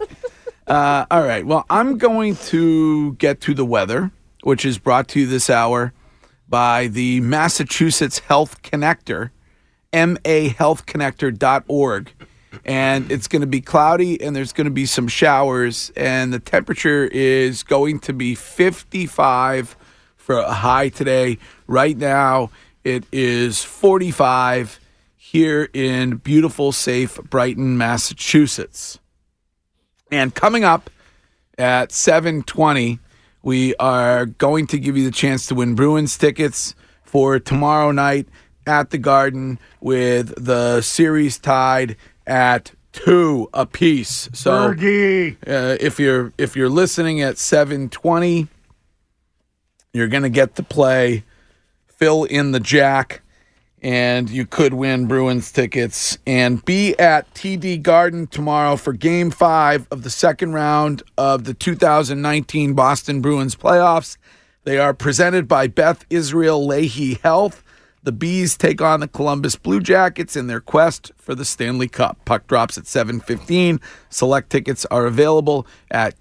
[SPEAKER 10] uh, all right. Well, I'm going to get to the weather, which is brought to you this hour by the Massachusetts Health Connector, mahealthconnector.org. And it's going to be cloudy and there's going to be some showers, and the temperature is going to be 55 for a high today. Right now, it is 45 here in beautiful, safe Brighton, Massachusetts. And coming up at 7:20, We are going to give you the chance to win Bruins tickets for tomorrow night at the Garden with the series tied at two apiece. So uh, if you're if you're listening at 720, you're going to get to play fill in the jack and you could win Bruins tickets and be at TD Garden tomorrow for game 5 of the second round of the 2019 Boston Bruins playoffs. They are presented by Beth Israel Leahy Health. The Bees take on the Columbus Blue Jackets in their quest for the Stanley Cup. Puck drops at 7:15. Select tickets are available at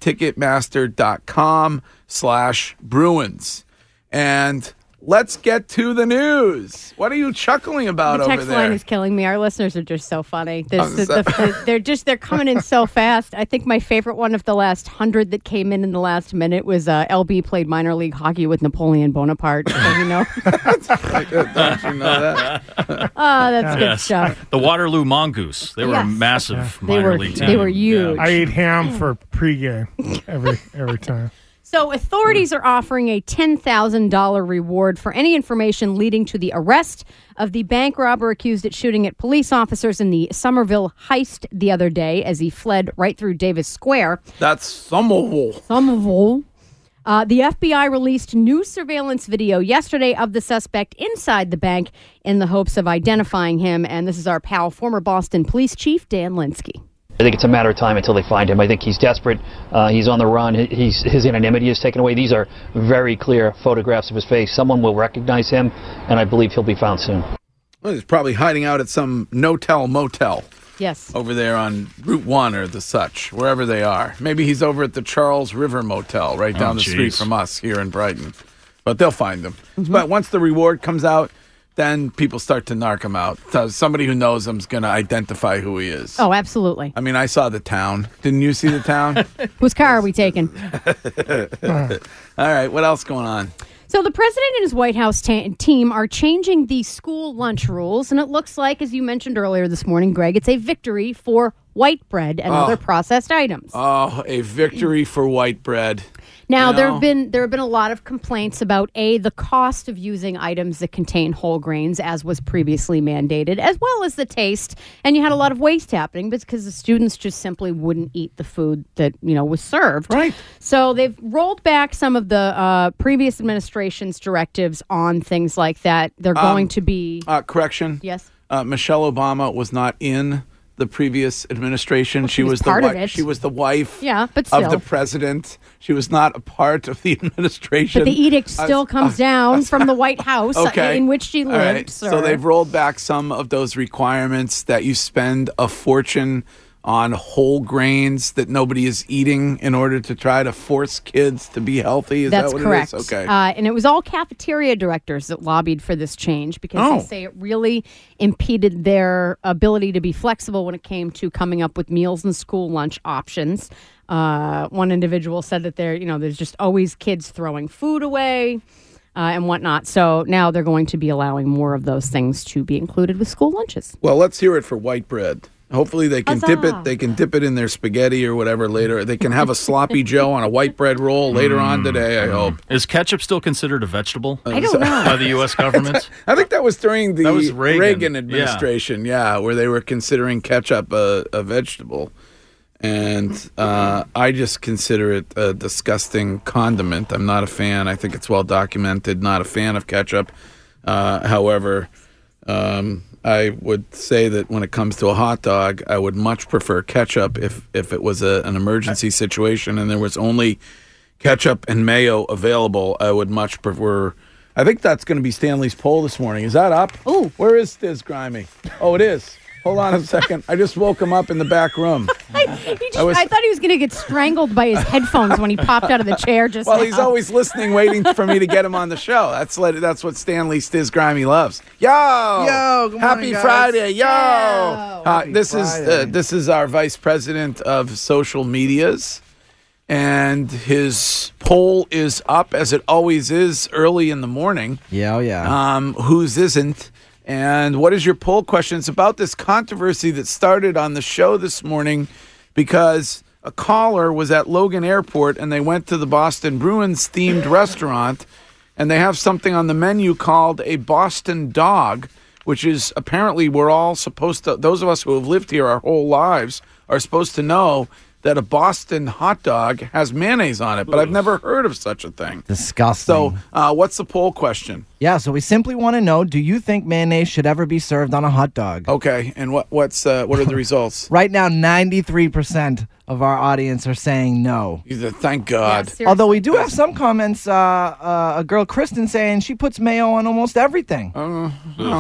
[SPEAKER 10] ticketmaster.com/bruins. And let's get to the news. What are you chuckling about
[SPEAKER 9] the
[SPEAKER 10] over
[SPEAKER 9] text line
[SPEAKER 10] there?
[SPEAKER 9] is killing me. Our listeners are just so funny. This,
[SPEAKER 10] I'm
[SPEAKER 9] the,
[SPEAKER 10] so-
[SPEAKER 9] the- they're just they're coming in so fast. I think my favorite one of the last hundred that came in in the last minute was uh, LB played minor league hockey with Napoleon Bonaparte. So you know,
[SPEAKER 10] uh, Don't you know that?
[SPEAKER 9] oh, that's good stuff.
[SPEAKER 14] The Waterloo Mongoose. They were a
[SPEAKER 9] Yes.
[SPEAKER 14] massive
[SPEAKER 9] They
[SPEAKER 14] minor
[SPEAKER 9] were-
[SPEAKER 14] league
[SPEAKER 9] they
[SPEAKER 14] team.
[SPEAKER 9] were huge.
[SPEAKER 5] I eat ham for pregame every every time.
[SPEAKER 9] So, authorities are offering a $10,000 reward for any information leading to the arrest of the bank robber accused at shooting at police officers in the Somerville heist the other day as he fled right through Davis Square.
[SPEAKER 10] That's Somerville.
[SPEAKER 9] Somerville. Uh, the FBI released new surveillance video yesterday of the suspect inside the bank in the hopes of identifying him. And this is our pal, former Boston police chief Dan Linsky.
[SPEAKER 1] I think it's a matter of time until they find him. I think he's desperate. Uh, he's on the run. He- He's, his anonymity is taken away. These are very clear photographs of his face. Someone will recognize him, and I believe he'll be found soon.
[SPEAKER 10] Well, he's probably hiding out at some no-tell motel.
[SPEAKER 9] Yes.
[SPEAKER 10] Over there on Route 1 or the such, wherever they are. Maybe he's over at the Charles River Motel right
[SPEAKER 14] Oh,
[SPEAKER 10] down the street
[SPEAKER 14] jeez.
[SPEAKER 10] from us here in Brighton. But they'll find him.
[SPEAKER 9] Mm-hmm.
[SPEAKER 10] But once the reward comes out, then people start to narc him out. So somebody who knows him's going to identify who he is.
[SPEAKER 9] Oh, absolutely.
[SPEAKER 10] I mean, I saw the town. Didn't you see the town?
[SPEAKER 9] Whose car are we taking?
[SPEAKER 10] All right, what else going on?
[SPEAKER 9] So the president and his White House ta- team are changing the school lunch rules, and it looks like, as you mentioned earlier this morning, Greg, it's a victory for white bread and
[SPEAKER 10] Oh.
[SPEAKER 9] other processed items.
[SPEAKER 10] Oh, a victory for white bread.
[SPEAKER 9] Now
[SPEAKER 10] You
[SPEAKER 9] there
[SPEAKER 10] know?
[SPEAKER 9] have been there have been a lot of complaints about a the cost of using items that contain whole grains as was previously mandated as well as the taste and you had a lot of waste happening because the students just simply wouldn't eat the food that you know was served. Right. So they've rolled back some of the uh, previous administration's directives on things like that. They're
[SPEAKER 10] Um,
[SPEAKER 9] going to be
[SPEAKER 10] Uh, correction.
[SPEAKER 9] Yes.
[SPEAKER 10] Uh, Michelle Obama was not in the previous administration. she,
[SPEAKER 9] was
[SPEAKER 10] was,
[SPEAKER 9] part
[SPEAKER 10] the
[SPEAKER 9] of
[SPEAKER 10] wi-
[SPEAKER 9] it.
[SPEAKER 10] She was the wife.
[SPEAKER 9] Yeah, but
[SPEAKER 10] Of
[SPEAKER 9] still.
[SPEAKER 10] the president, she was not a part of the administration.
[SPEAKER 9] but the edict
[SPEAKER 10] I was-
[SPEAKER 9] still comes down from the White House uh,
[SPEAKER 10] Okay.
[SPEAKER 9] in which she
[SPEAKER 10] All
[SPEAKER 9] lived.
[SPEAKER 10] right. So
[SPEAKER 9] sir.
[SPEAKER 10] they've rolled back some of those requirements that you spend a fortune on whole grains that nobody is eating in order to try to force kids to be healthy. Is
[SPEAKER 9] That's
[SPEAKER 10] that what
[SPEAKER 9] correct.
[SPEAKER 10] it is? Okay.
[SPEAKER 9] Uh, and it was all cafeteria directors that lobbied for this change because
[SPEAKER 10] Oh.
[SPEAKER 9] they say it really impeded their ability to be flexible when it came to coming up with meals and school lunch options. Uh, one individual said that there, you know, there's just always kids throwing food away. Uh, and whatnot. So now they're going to be allowing more of those things to be included with school lunches.
[SPEAKER 10] Well, let's hear it for white bread. Hopefully they can dip
[SPEAKER 9] Huzzah.
[SPEAKER 10] it. They can dip it in their spaghetti or whatever later. They can have a sloppy Joe on a white bread roll later
[SPEAKER 14] Mm.
[SPEAKER 10] on today. I hope.
[SPEAKER 14] Is ketchup still considered a vegetable?
[SPEAKER 10] I don't know.
[SPEAKER 14] By the U.S. government?
[SPEAKER 10] I think that was during the
[SPEAKER 14] That was Reagan. Yeah.
[SPEAKER 10] administration. Yeah. where they were considering ketchup a, a vegetable, and uh, I just consider it a disgusting condiment. I'm not a fan. I think it's well documented. Not a fan of ketchup. Uh, however, um, I would say that when it comes to a hot dog, I would much prefer ketchup if if it was a, an emergency situation and there was only ketchup and mayo available. I would much prefer. I think that's going to be Stanley's poll this morning. Is that up? Oh, where is this grimy? Oh, it is. Hold on a second. I just woke him up in the back room.
[SPEAKER 9] He just, I,
[SPEAKER 10] I was-
[SPEAKER 9] thought he was going to get strangled by his headphones when he popped out of the chair. Just
[SPEAKER 10] well,
[SPEAKER 9] now.
[SPEAKER 10] he's always listening, waiting for me to get him on the show. That's what, that's what Stanley Stiz Grimy loves. Yo,
[SPEAKER 3] Yo, good morning,
[SPEAKER 10] happy
[SPEAKER 3] guys.
[SPEAKER 10] Friday, yo. Uh,
[SPEAKER 3] Happy
[SPEAKER 10] this is uh,
[SPEAKER 3] Friday.
[SPEAKER 10] this is our vice president of social medias, and his poll is up as it always is early in the morning.
[SPEAKER 16] Yeah, oh yeah.
[SPEAKER 10] Um, whose isn't? And what is your poll question? It's about this controversy that started on the show this morning because a caller was at Logan Airport and they went to the Boston Bruins themed restaurant and they have something on the menu called a Boston dog, which is apparently we're all supposed to, those of us who have lived here our whole lives are supposed to know that a Boston hot dog has mayonnaise on it, but I've never heard of such a thing.
[SPEAKER 18] Disgusting.
[SPEAKER 10] So, uh, what's the poll question?
[SPEAKER 18] yeah, so we simply want to know: Do you think mayonnaise should ever be served on a hot dog?
[SPEAKER 10] Okay, and what what's uh, what are the results?
[SPEAKER 18] Right now, ninety-three percent of our audience are saying no.
[SPEAKER 10] Either- Thank God.
[SPEAKER 18] Although we do have some comments, uh, uh, a girl Kristen saying she puts mayo on almost everything.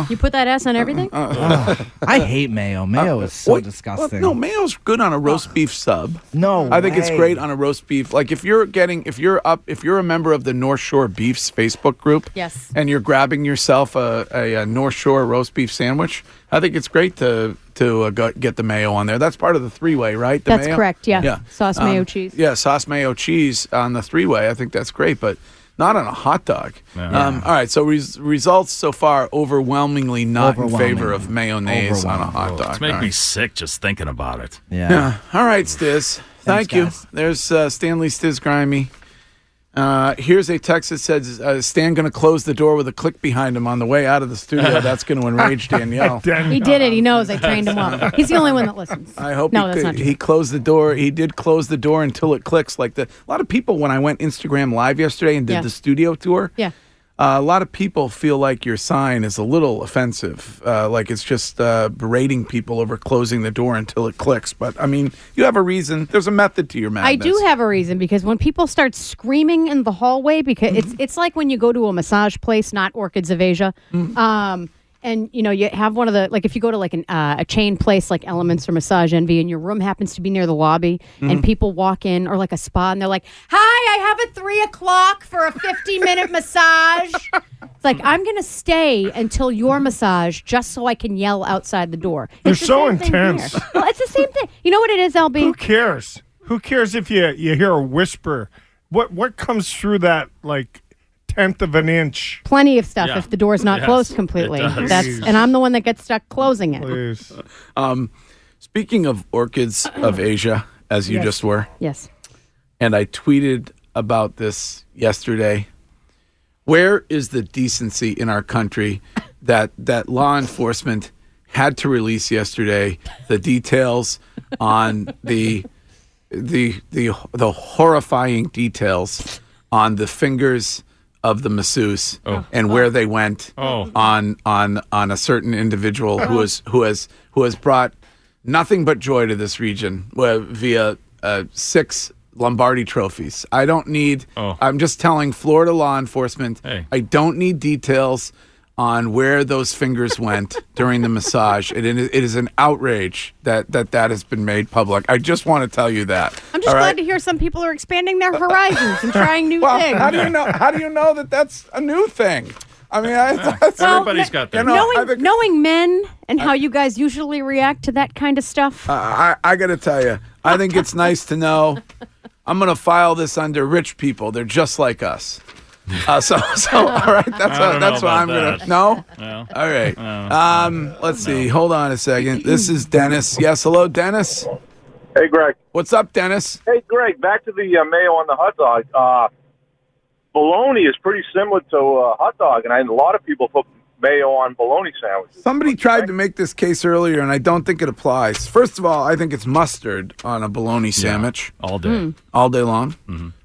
[SPEAKER 9] You put that S on everything?
[SPEAKER 18] Ugh. I hate mayo. Mayo is so
[SPEAKER 10] Well,
[SPEAKER 18] disgusting.
[SPEAKER 10] Well, Uh, no, mayo's good on a roast beef sub.
[SPEAKER 18] No,
[SPEAKER 10] I think it's
[SPEAKER 18] way.
[SPEAKER 10] great on a roast beef. Like if you're getting, if you're up, if you're a member of the North Shore Beefs Facebook group,
[SPEAKER 9] Yes.
[SPEAKER 10] and you're grabbing yourself a, a, uh North Shore roast beef sandwich, I think it's great to to uh, go, get the mayo on there. That's part of the three way, right? The
[SPEAKER 9] That's
[SPEAKER 10] mayo?
[SPEAKER 9] correct, yeah. Sauce, mayo,
[SPEAKER 10] Um,
[SPEAKER 9] cheese.
[SPEAKER 10] Yeah, sauce, mayo, cheese on the three way. I think that's great, but. Not on a hot dog. Um, all right, so res- results so far overwhelmingly not in favor
[SPEAKER 14] Overwhelmingly.
[SPEAKER 10] of mayonnaise on a hot
[SPEAKER 14] Oh,
[SPEAKER 10] dog.
[SPEAKER 14] It's making
[SPEAKER 10] All
[SPEAKER 14] me
[SPEAKER 10] right.
[SPEAKER 14] sick just thinking about it.
[SPEAKER 10] Yeah. All right, Stiz. Thank you.
[SPEAKER 14] guys.
[SPEAKER 10] There's uh, Stanley Stiz Grimy. Uh, here's a text that says, uh, Stan going to close the door with a click behind him on the way out of the studio. That's going to enrage Danielle.
[SPEAKER 9] He did it. He knows. I trained him well. He's the only one that listens.
[SPEAKER 10] I hope
[SPEAKER 9] No,
[SPEAKER 10] he,
[SPEAKER 9] that's
[SPEAKER 10] did-
[SPEAKER 9] not true.
[SPEAKER 10] he closed the door. He did close the door until it clicks. Like the a lot of people when I went Instagram live yesterday and did
[SPEAKER 9] Yeah.
[SPEAKER 10] the studio tour.
[SPEAKER 9] Yeah.
[SPEAKER 10] Uh, a lot of people feel like your sign is a little offensive, uh, like it's just uh, berating people over closing the door until it clicks. But I mean, you have a reason. There's a method to your madness.
[SPEAKER 9] I do have a reason because when people start screaming in the hallway, because it's
[SPEAKER 5] Mm-hmm.
[SPEAKER 9] it's like when you go to a massage place, not Orchids of Asia,
[SPEAKER 5] Mm-hmm.
[SPEAKER 9] um, and you know you have one of the like if you go to like an, uh, a chain place like Elements or Massage Envy, and your room happens to be near the lobby,
[SPEAKER 16] Mhm.
[SPEAKER 5] Mm-hmm.
[SPEAKER 9] and people walk in or like a spa, and they're like, "Hi, I have a three o'clock for a fifty minute massage." It's like I'm gonna stay until your massage just so I can yell outside the door.
[SPEAKER 5] You're
[SPEAKER 9] It's the
[SPEAKER 5] so
[SPEAKER 9] same thing here.
[SPEAKER 5] intense.
[SPEAKER 9] Well, it's the same thing. You know what it is, LB?
[SPEAKER 5] Who cares? Who cares if you you hear a whisper? What what comes through that like tenth of an inch?
[SPEAKER 9] plenty of stuff
[SPEAKER 5] Yeah.
[SPEAKER 9] if the door's not
[SPEAKER 5] Yes,
[SPEAKER 9] closed
[SPEAKER 5] it
[SPEAKER 9] completely.
[SPEAKER 5] does.
[SPEAKER 9] That's
[SPEAKER 10] Please.
[SPEAKER 9] and I'm the one that gets stuck closing it.
[SPEAKER 10] Um, speaking of orchids of Asia, as you
[SPEAKER 9] Yes.
[SPEAKER 10] just were,
[SPEAKER 9] Yes.
[SPEAKER 10] and I tweeted about this yesterday. Where is the decency in our country that that law enforcement had to release yesterday the details on the the the the horrifying details on the fingers of the masseuse and where they went on on on a certain individual who has who has who has brought nothing but joy to this region uh, via uh, six Lombardi trophies. I don't need. I'm just telling Florida law enforcement. I don't need details on where those fingers went during the massage. It, it is an outrage that, that that has been made public. I just want to tell you that.
[SPEAKER 9] I'm just
[SPEAKER 10] all
[SPEAKER 9] glad
[SPEAKER 10] right?
[SPEAKER 9] to hear some people are expanding their horizons and trying new
[SPEAKER 10] well,
[SPEAKER 9] things.
[SPEAKER 10] How do you know? How do you know that that's a new thing? I mean, I,
[SPEAKER 14] Ah,
[SPEAKER 10] that's,
[SPEAKER 9] Well,
[SPEAKER 10] everybody's
[SPEAKER 9] kn- knowing, knowing men and how you guys usually react to that kind of stuff.
[SPEAKER 10] Uh, I, I got to tell you, I think it's nice to know. I'm going to file this under rich people. They're just like us. Uh, so, so all right. That's
[SPEAKER 14] I don't
[SPEAKER 10] what, that's what
[SPEAKER 14] know
[SPEAKER 10] I'm
[SPEAKER 14] about
[SPEAKER 10] going to.
[SPEAKER 14] that.
[SPEAKER 10] No.
[SPEAKER 14] No.
[SPEAKER 10] All right. Um, let's see. Hold on a second. This is Dennis. Yes. Hello, Dennis.
[SPEAKER 19] Hey, Greg.
[SPEAKER 10] What's up, Dennis?
[SPEAKER 19] Hey, Greg, back to the uh, mayo on the hot dog. Uh, bologna is pretty similar to uh, hot dog, and I, a lot of people put mayo on bologna sandwiches.
[SPEAKER 10] Somebody tried to make this case earlier, and I don't think it applies. First of all, I think it's mustard on a bologna sandwich
[SPEAKER 14] all day. Mm.
[SPEAKER 10] all day long.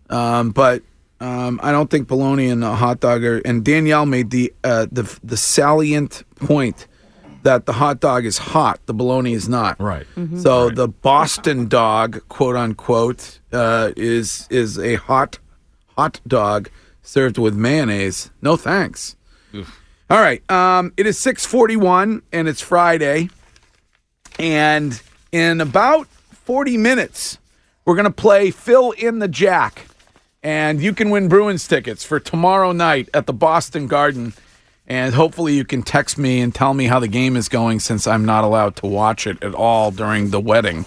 [SPEAKER 10] Um, but um, I don't think bologna and a hot dog are. And Danielle made the uh, the the salient point that the hot dog is hot, the bologna is not. Right. So the Boston dog, quote unquote, uh, is is a hot hot dog served with mayonnaise. No thanks. All right. Um, it is 641 and it's Friday. And in about 40 minutes, we're going to play Fill in the Jack. And you can win Bruins tickets for tomorrow night at the Boston Garden. And hopefully, you can text me and tell me how the game is going since I'm not allowed to watch it at all during the wedding.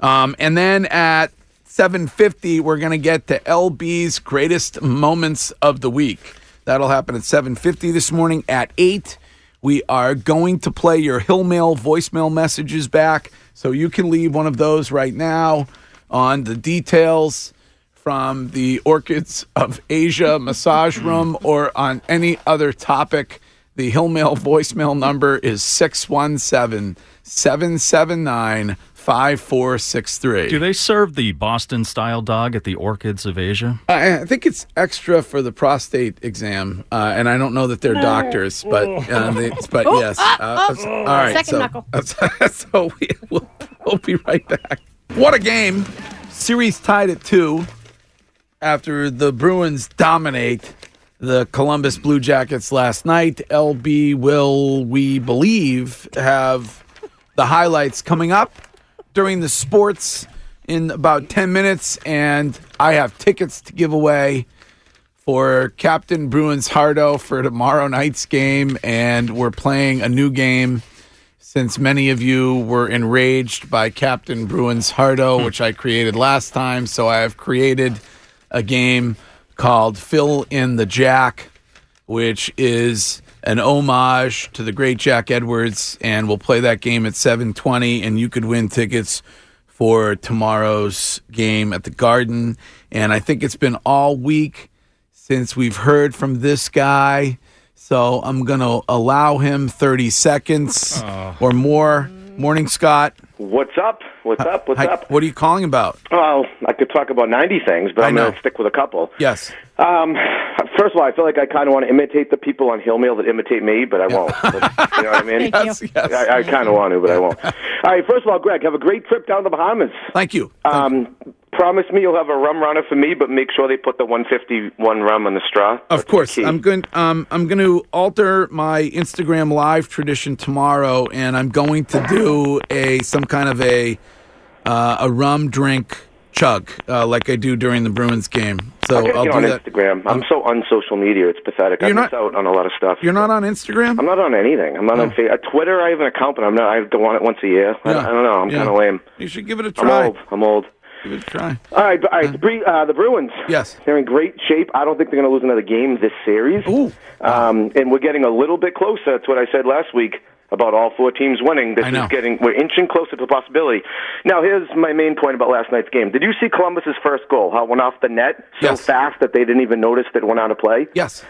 [SPEAKER 10] Um, and then at 7:50, we're going to get to LB's greatest moments of the week. That'll happen at 7:50 this morning. At eight, we are going to play your Hillmail voicemail messages back, so you can leave one of those right now on the details from the Orchids of Asia massage room or on any other topic. The Hillmail voicemail number is 617 779 5463.
[SPEAKER 14] Do they serve the Boston style dog at the Orchids of Asia?
[SPEAKER 10] I, I think it's extra for the prostate exam, uh, and I don't know that they're doctors, but uh, they, but
[SPEAKER 9] Oh,
[SPEAKER 10] yes.
[SPEAKER 9] ah,
[SPEAKER 10] uh,
[SPEAKER 9] oh,
[SPEAKER 10] so- all right,
[SPEAKER 9] second
[SPEAKER 10] so,
[SPEAKER 9] knuckle.
[SPEAKER 10] so we, we'll, we'll be right back. What a game! Series tied at two after the Bruins dominate the Columbus Blue Jackets last night. LB will we believe have the highlights coming up during the sports in about 10 minutes and I have tickets to give away for Captain Bruins Hardo for tomorrow night's game and we're playing a new game since many of you were enraged by Captain Bruins Hardo, which I created last time. So I have created a game called Fill in the Jack, which is an homage to the great Jack Edwards, and we'll play that game at 720, and you could win tickets for tomorrow's game at the Garden. And I think it's been all week since we've heard from this guy. So I'm going to allow him 30 seconds or more. Morning, Scott.
[SPEAKER 20] What's up?
[SPEAKER 18] Uh,
[SPEAKER 20] What's up? What's
[SPEAKER 10] Hi-
[SPEAKER 20] up?
[SPEAKER 10] What are you calling about?
[SPEAKER 20] Well, I could talk about 90 things, but
[SPEAKER 10] I
[SPEAKER 20] I'm going
[SPEAKER 10] know.
[SPEAKER 20] to stick with a couple.
[SPEAKER 10] Yes.
[SPEAKER 20] Um, first of all, I feel like I kind of want to imitate the people on Hill Mail that imitate me, but I won't. But, you know what I mean?
[SPEAKER 10] Thank you. Yes, yes.
[SPEAKER 20] I, I kind of want to, but I won't. All right, first of all, Greg, have a great trip down to the Bahamas.
[SPEAKER 10] Thank you.
[SPEAKER 20] Um, promise me you'll have a rum runner for me, but make sure they put the 151 rum on the straw.
[SPEAKER 10] Of course, I'm going. Um, I'm going to alter my Instagram live tradition tomorrow, and I'm going to do a some kind of a uh, a rum drink chug, uh, like I do during the Bruins game. So
[SPEAKER 20] I gotta
[SPEAKER 10] I'll
[SPEAKER 20] get
[SPEAKER 10] do
[SPEAKER 20] on
[SPEAKER 10] that. Um,
[SPEAKER 20] Instagram. I'm so unsocial media; it's pathetic. I
[SPEAKER 10] You're
[SPEAKER 20] miss out on a lot of stuff.
[SPEAKER 10] You're not on Instagram.
[SPEAKER 20] I'm not on anything. I'm not on Fa- uh, Twitter. I have an account, but I'm not. I go on it once a year. I, I don't know. I'm
[SPEAKER 10] Yeah.
[SPEAKER 20] kind of lame.
[SPEAKER 10] You should give it a
[SPEAKER 20] I'm
[SPEAKER 10] try.
[SPEAKER 20] old. I'm old.
[SPEAKER 10] Give it a try.
[SPEAKER 20] All right, all right. the, Bre- uh, the Bruins.
[SPEAKER 10] Yes,
[SPEAKER 20] they're in great shape. I don't think they're going to lose another game this series.
[SPEAKER 10] Ooh.
[SPEAKER 20] Um, and we're getting a little bit closer. That's what I said last week about all four teams winning. This is getting we're inching closer to possibility. Now, here's my main point about last night's game. Did you see Columbus's first goal? How it went off the net so fast that they didn't even notice that it went out of play.
[SPEAKER 10] Yes.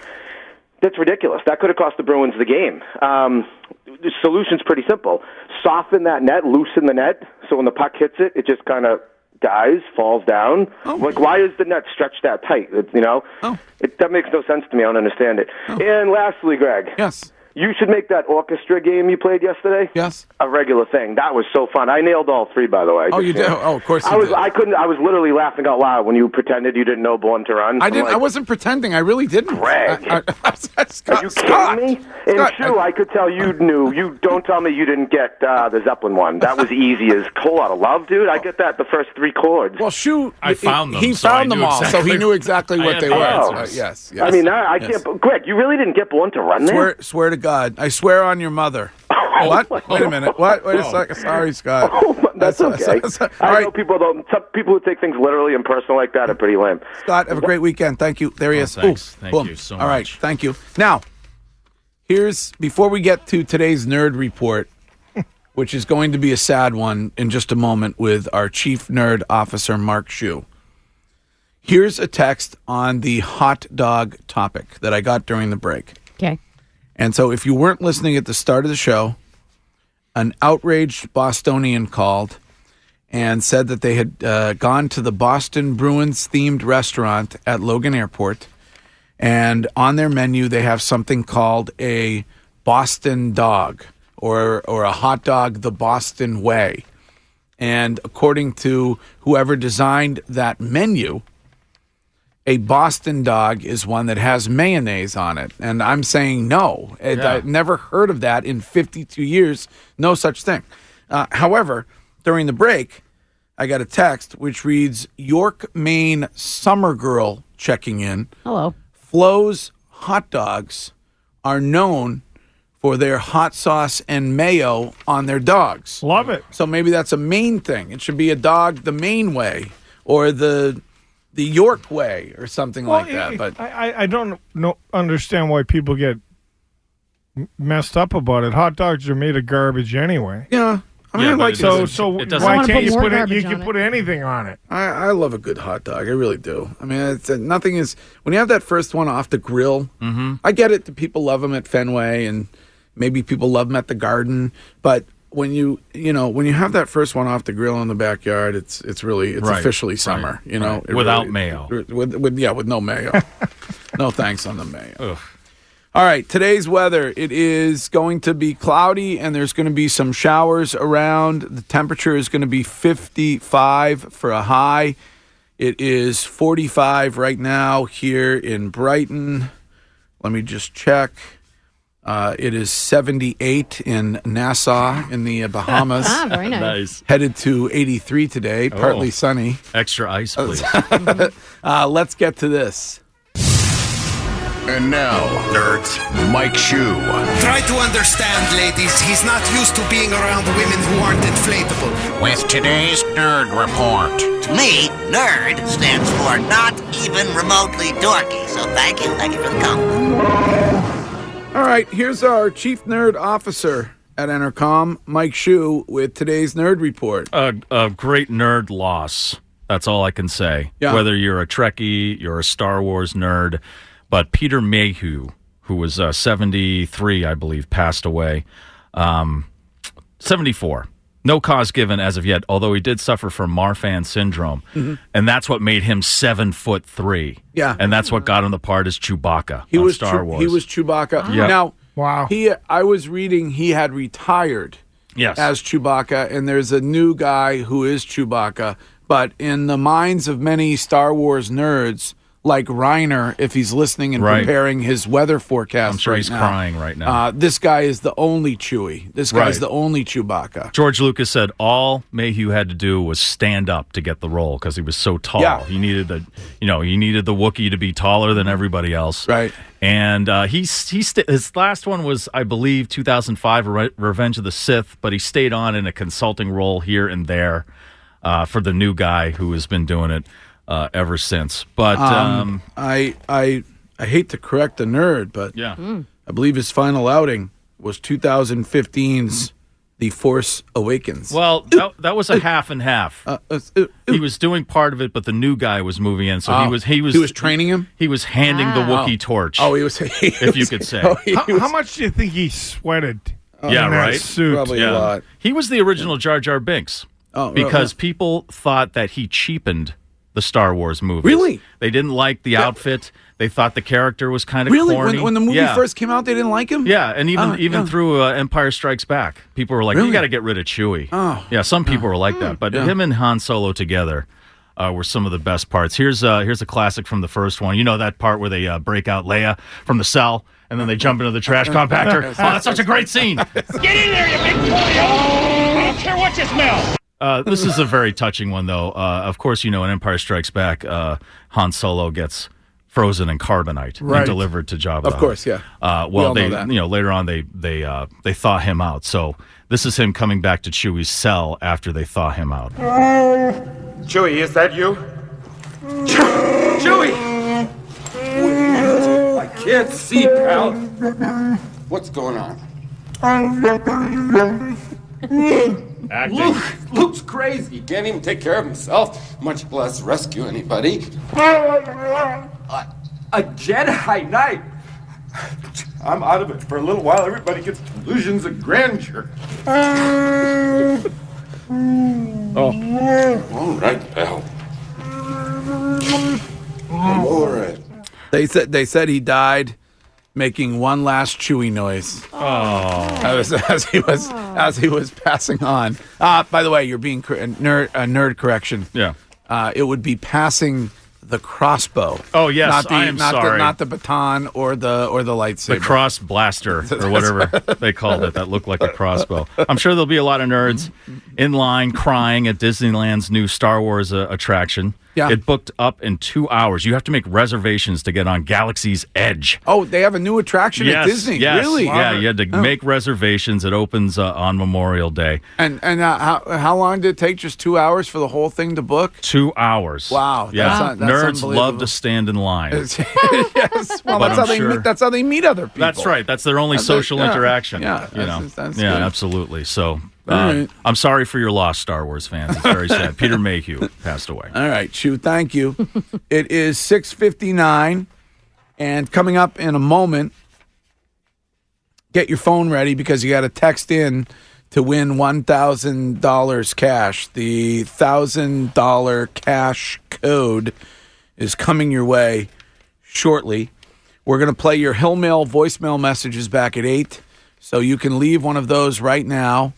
[SPEAKER 20] That's ridiculous. That could have cost the Bruins the game. Um, the solution's pretty simple. Soften that net, loosen the net, so when the puck hits it, it just kind of dies, falls down.
[SPEAKER 10] Oh.
[SPEAKER 20] Like, why is the net stretched that tight? It's, you know? It, that makes no sense to me. I don't understand it.
[SPEAKER 10] Oh.
[SPEAKER 20] And lastly, Greg.
[SPEAKER 10] Yes.
[SPEAKER 20] You should make that orchestra game you played yesterday.
[SPEAKER 10] Yes.
[SPEAKER 20] A regular thing. That was so fun. I nailed all three, by the way.
[SPEAKER 10] Oh,
[SPEAKER 20] Just,
[SPEAKER 10] you did.
[SPEAKER 20] know.
[SPEAKER 10] Oh, of course.
[SPEAKER 20] I
[SPEAKER 10] you
[SPEAKER 20] was.
[SPEAKER 10] did.
[SPEAKER 20] I couldn't. I was literally laughing out loud when you pretended you didn't know Born to Run.
[SPEAKER 10] I
[SPEAKER 20] I'm
[SPEAKER 10] didn't.
[SPEAKER 20] like,
[SPEAKER 10] I wasn't pretending. I really didn't.
[SPEAKER 20] Greg.
[SPEAKER 10] I, I, Scott,
[SPEAKER 20] Are you
[SPEAKER 10] Uh, Scott,
[SPEAKER 20] kidding me? And true, I, could tell you knew. You don't tell me you didn't get uh, the Zeppelin one. That was easy as a whole lot of love, dude. I get that the first three chords.
[SPEAKER 10] Well, shoot,
[SPEAKER 20] I
[SPEAKER 10] found them, he so I found them knew all, so exactly- he knew exactly I what had they the were. answers. Uh, yes, yes.
[SPEAKER 20] I mean, I, I
[SPEAKER 10] Yes.
[SPEAKER 20] can't. Greg, you really didn't get one to run there.
[SPEAKER 10] Swear, swear to God, I swear on your mother.
[SPEAKER 20] Oh
[SPEAKER 10] what? Wait a minute. What? Wait a second. Sorry, Scott. uh,
[SPEAKER 20] That's okay. I know people though. Some people who take things literally and personal like that are pretty lame.
[SPEAKER 10] Scott, have a great weekend. Thank you. There he is.
[SPEAKER 20] Oh, thanks.
[SPEAKER 10] Ooh,
[SPEAKER 20] Thank
[SPEAKER 10] boom.
[SPEAKER 20] you so
[SPEAKER 10] All right. Thank you. Now, here's before we get to today's nerd report, which is going to be a sad one in just a moment with our chief nerd officer, Mark Shu. Here's a text on the hot dog topic that I got during the break.
[SPEAKER 9] Okay.
[SPEAKER 10] And so, if you weren't listening at the start of the show, an outraged Bostonian called and said that they had uh, gone to the Boston Bruins themed restaurant at Logan Airport. And on their menu, they have something called a Boston dog or, or a hot dog the Boston way. And according to whoever designed that menu, a Boston dog is one that has mayonnaise on it. And I'm saying no. It-
[SPEAKER 14] Yeah.
[SPEAKER 10] I've never heard of that in 52 years. No such thing. Uh, however, during the break, I got a text which reads York, Maine summer girl checking in.
[SPEAKER 9] Hello.
[SPEAKER 10] Flo's hot dogs are known for their hot sauce and mayo on their dogs.
[SPEAKER 5] Love it.
[SPEAKER 10] So maybe that's a Maine thing. It should be a dog the Maine way or the the York way or something
[SPEAKER 5] Well,
[SPEAKER 10] like that.
[SPEAKER 5] it-
[SPEAKER 10] But
[SPEAKER 5] I, I- I don't know, understand why people get m- messed up about it. Hot dogs are made of garbage anyway.
[SPEAKER 10] Yeah,
[SPEAKER 5] I mean, like so. So why can't you put it? You
[SPEAKER 10] can
[SPEAKER 5] can put anything on it.
[SPEAKER 10] I, I love a good hot dog. I really do. I mean, it's uh, nothing is when you have that first one off the grill. Mm-hmm. I get it that people love them at Fenway, and maybe people love them at the Garden. But when you you know when you have that first one off the grill in the backyard, it's it's really it's
[SPEAKER 14] Right,
[SPEAKER 10] officially
[SPEAKER 14] right,
[SPEAKER 10] summer. You know,
[SPEAKER 14] right.
[SPEAKER 10] It
[SPEAKER 14] Without mayo.
[SPEAKER 10] With, with yeah, with no mayo. no thanks on the mayo. All right, today's weather. It is going to be cloudy and there's going to be some showers around. The temperature is going to be 55 for a high. It is 45 right now here in Brighton. Let me just check. Uh, it is 78 in Nassau in the uh, Bahamas.
[SPEAKER 14] Ah, very nice. Nice.
[SPEAKER 10] Headed to 83 today, partly
[SPEAKER 14] Oh.
[SPEAKER 10] sunny.
[SPEAKER 14] Extra ice, please.
[SPEAKER 10] uh, let's get to this.
[SPEAKER 21] And now, nerds, Mike Shue.
[SPEAKER 3] Try to understand, ladies. He's not used to being around women who aren't inflatable.
[SPEAKER 21] With today's Nerd Report.
[SPEAKER 8] To me, nerd stands for not even remotely dorky. So thank you, thank you for the compliment.
[SPEAKER 10] All right, here's our chief nerd officer at Entercom, Mike Shue, with today's nerd report.
[SPEAKER 14] a, a great nerd loss. That's all I can say.
[SPEAKER 10] Yeah.
[SPEAKER 14] Whether you're a Trekkie, you're a Star Wars nerd, but Peter Mayhew, who was uh, 73, I believe, passed away. Um, 74. No cause given as of yet, although he did suffer from Marfan syndrome,
[SPEAKER 10] Mhm.
[SPEAKER 14] and that's what made him seven foot three.
[SPEAKER 10] Yeah.
[SPEAKER 14] and that's what got him the part as Chewbacca
[SPEAKER 10] He
[SPEAKER 14] on
[SPEAKER 10] was
[SPEAKER 14] Star
[SPEAKER 10] Chew-
[SPEAKER 14] Wars.
[SPEAKER 10] He was Chewbacca.
[SPEAKER 14] Yeah.
[SPEAKER 10] Now, wow. He I was reading he had retired
[SPEAKER 14] Yes.
[SPEAKER 10] as Chewbacca and there's a new guy who is Chewbacca, but in the minds of many Star Wars nerds like Reiner, if he's listening and
[SPEAKER 14] Right.
[SPEAKER 10] preparing his weather forecast
[SPEAKER 14] I'm sure
[SPEAKER 10] right
[SPEAKER 14] he's
[SPEAKER 10] now,
[SPEAKER 14] crying right now.
[SPEAKER 10] Uh, this guy is the only Chewie. This guy's
[SPEAKER 14] Right.
[SPEAKER 10] the only Chewbacca.
[SPEAKER 14] George Lucas said all Mayhew had to do was stand up to get the role because he was so tall.
[SPEAKER 10] Yeah.
[SPEAKER 14] He needed the, you know, he needed the Wookiee to be taller than everybody else.
[SPEAKER 10] Right.
[SPEAKER 14] And uh, he he sta his last one was I believe 2005 Re- Revenge of the Sith, but he stayed on in a consulting role here and there uh, for the new guy who has been doing it uh, ever since. But um,
[SPEAKER 10] I I I hate to correct the nerd, but
[SPEAKER 14] Yeah.
[SPEAKER 5] Hmm.
[SPEAKER 14] Mm.
[SPEAKER 10] I believe his final outing was 2015's The Force Awakens.
[SPEAKER 14] Well, that, that
[SPEAKER 10] uh,
[SPEAKER 14] was a half and half. he was doing part of it, but the new guy was moving in, so
[SPEAKER 10] Oh.
[SPEAKER 14] he was he was
[SPEAKER 10] He was training him.
[SPEAKER 14] He was handing the
[SPEAKER 10] Wow.
[SPEAKER 14] Wookiee
[SPEAKER 10] Oh.
[SPEAKER 14] torch.
[SPEAKER 10] Oh, he was. oh,
[SPEAKER 14] if you could say.
[SPEAKER 5] how, how much do you think he sweated?
[SPEAKER 16] Oh.
[SPEAKER 14] yeah,
[SPEAKER 5] in that
[SPEAKER 14] right.
[SPEAKER 5] Suit?
[SPEAKER 14] Yeah. He was the original Jar Jar Binks.
[SPEAKER 10] Oh, right,
[SPEAKER 14] because
[SPEAKER 10] right.
[SPEAKER 14] people thought that he cheapened the Star Wars movie.
[SPEAKER 10] Really?
[SPEAKER 14] They didn't like the outfit. They thought the character was kind of
[SPEAKER 10] really?
[SPEAKER 14] corny.
[SPEAKER 10] When, when the movie
[SPEAKER 14] Yeah.
[SPEAKER 10] first came out, they didn't like him.
[SPEAKER 14] Yeah, and even
[SPEAKER 10] Oh,
[SPEAKER 14] even
[SPEAKER 10] yeah.
[SPEAKER 14] through uh, Empire Strikes Back, people were like, "You
[SPEAKER 10] Really?
[SPEAKER 14] got to get rid of Chewie."
[SPEAKER 10] Oh. Mm.
[SPEAKER 14] yeah, some people were like that, but
[SPEAKER 10] Yeah.
[SPEAKER 14] him and Han Solo together uh, were some of the best parts. Here's uh, here's a classic from the first one. You know that part where they uh, break out Leia from the cell, and then they jump into the trash compactor. oh, that's such a great scene.
[SPEAKER 16] Get in there, you big boy! I don't care what you smell.
[SPEAKER 14] Uh, this is a very touching one, though. Uh, of course, you know in Empire Strikes Back, uh, Han Solo gets frozen in carbonite
[SPEAKER 10] Right.
[SPEAKER 14] and delivered to Jabba. the
[SPEAKER 10] Of
[SPEAKER 14] Hutt.
[SPEAKER 10] course, yeah.
[SPEAKER 14] Uh,
[SPEAKER 10] We
[SPEAKER 14] well,
[SPEAKER 10] all know
[SPEAKER 14] they
[SPEAKER 10] that.
[SPEAKER 14] you know later on they they uh, they thaw him out. So this is him coming back to Chewie's cell after they thaw him out.
[SPEAKER 3] Chewie, is that you? Chewie!
[SPEAKER 22] I can't see, pal. What's going on? Luke, Luke's crazy. He can't even take care of himself, much less rescue anybody. A Jedi Knight. I'm out of it for a little while. Everybody gets delusions of grandeur.
[SPEAKER 3] oh.
[SPEAKER 22] All right, pal. All right.
[SPEAKER 10] They said they said he died making one last chewy noise.
[SPEAKER 14] Oh,
[SPEAKER 10] as, as he was
[SPEAKER 5] Oh.
[SPEAKER 10] as he was passing on. Uh, by the way, you're being cor- nerd uh, nerd correction.
[SPEAKER 14] Yeah.
[SPEAKER 10] Uh, it would be passing the crossbow.
[SPEAKER 14] Oh, yes,
[SPEAKER 10] not the,
[SPEAKER 14] I am
[SPEAKER 10] not The,
[SPEAKER 14] sorry.
[SPEAKER 10] not the baton or the or the lightsaber.
[SPEAKER 14] The cross blaster or whatever they called it that looked like a crossbow. I'm sure there'll be a lot of nerds in line crying at Disneyland's new Star Wars uh, attraction.
[SPEAKER 10] Yeah.
[SPEAKER 14] It booked up in two hours. You have to make reservations to get on Galaxy's Edge.
[SPEAKER 10] Oh, they have a new attraction at Disney.
[SPEAKER 14] yes,
[SPEAKER 10] Really?
[SPEAKER 14] Yeah, you had to
[SPEAKER 10] Oh.
[SPEAKER 14] make reservations. It opens uh, on Memorial Day.
[SPEAKER 10] And and uh, how how long did it take? Just two hours for the whole thing to book?
[SPEAKER 14] Two hours.
[SPEAKER 10] Wow, that's
[SPEAKER 14] Yeah.
[SPEAKER 10] un- that's
[SPEAKER 14] Nerds love
[SPEAKER 10] unbelievable.
[SPEAKER 14] to stand in line.
[SPEAKER 10] yes. Well,
[SPEAKER 14] But
[SPEAKER 10] that's
[SPEAKER 14] I'm
[SPEAKER 10] how they
[SPEAKER 14] sure-
[SPEAKER 10] meet, that's how they meet other people.
[SPEAKER 14] That's right. That's their only
[SPEAKER 10] That's it.
[SPEAKER 14] social
[SPEAKER 10] Yeah.
[SPEAKER 14] interaction.
[SPEAKER 10] Yeah,
[SPEAKER 14] you know.
[SPEAKER 10] that's- that's
[SPEAKER 14] yeah,
[SPEAKER 10] good.
[SPEAKER 14] absolutely. So
[SPEAKER 10] All
[SPEAKER 14] Uh,
[SPEAKER 10] right.
[SPEAKER 14] I'm sorry for your loss, Star Wars fans. It's very sad. Peter Mayhew passed away.
[SPEAKER 10] All right, Shu, thank you. it is 6.59, and coming up in a moment, get your phone ready because you got to text in to win $1,000 cash. The $1,000 cash code is coming your way shortly. We're going to play your Hill Mail voicemail messages back at 8, so you can leave one of those right now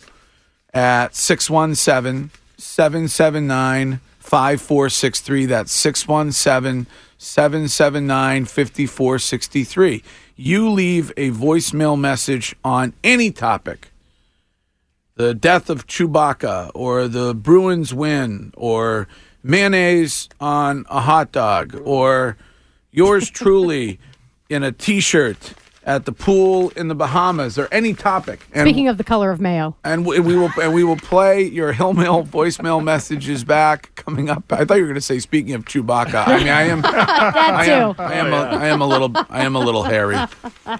[SPEAKER 10] at 617 779 5463. That's 617 779 5463. You leave a voicemail message on any topic the death of Chewbacca, or the Bruins win, or mayonnaise on a hot dog, or yours truly in a t shirt at the pool in the Bahamas, or any topic. And
[SPEAKER 9] Speaking of the color of mayo,
[SPEAKER 10] and we, we will and we will play your Hill Mail voicemail messages back coming up. I thought you were going to say speaking of Chewbacca. I mean, I am I am,
[SPEAKER 9] too.
[SPEAKER 10] I am, a, I am a little I am a little hairy.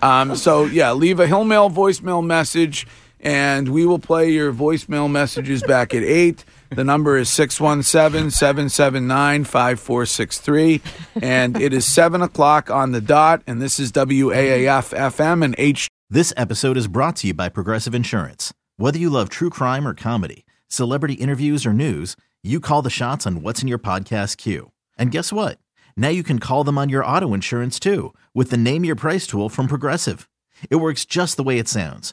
[SPEAKER 10] Um, so yeah, leave a Hill Mail voicemail message and we will play your voicemail messages back at 8. The number is 617-779-5463 and it is 7 o'clock on the dot and this is WAAF FM and H
[SPEAKER 23] This episode is brought to you by Progressive Insurance. Whether you love true crime or comedy, celebrity interviews or news, you call the shots on what's in your podcast queue. And guess what? Now you can call them on your auto insurance too with the Name Your Price tool from Progressive. It works just the way it sounds.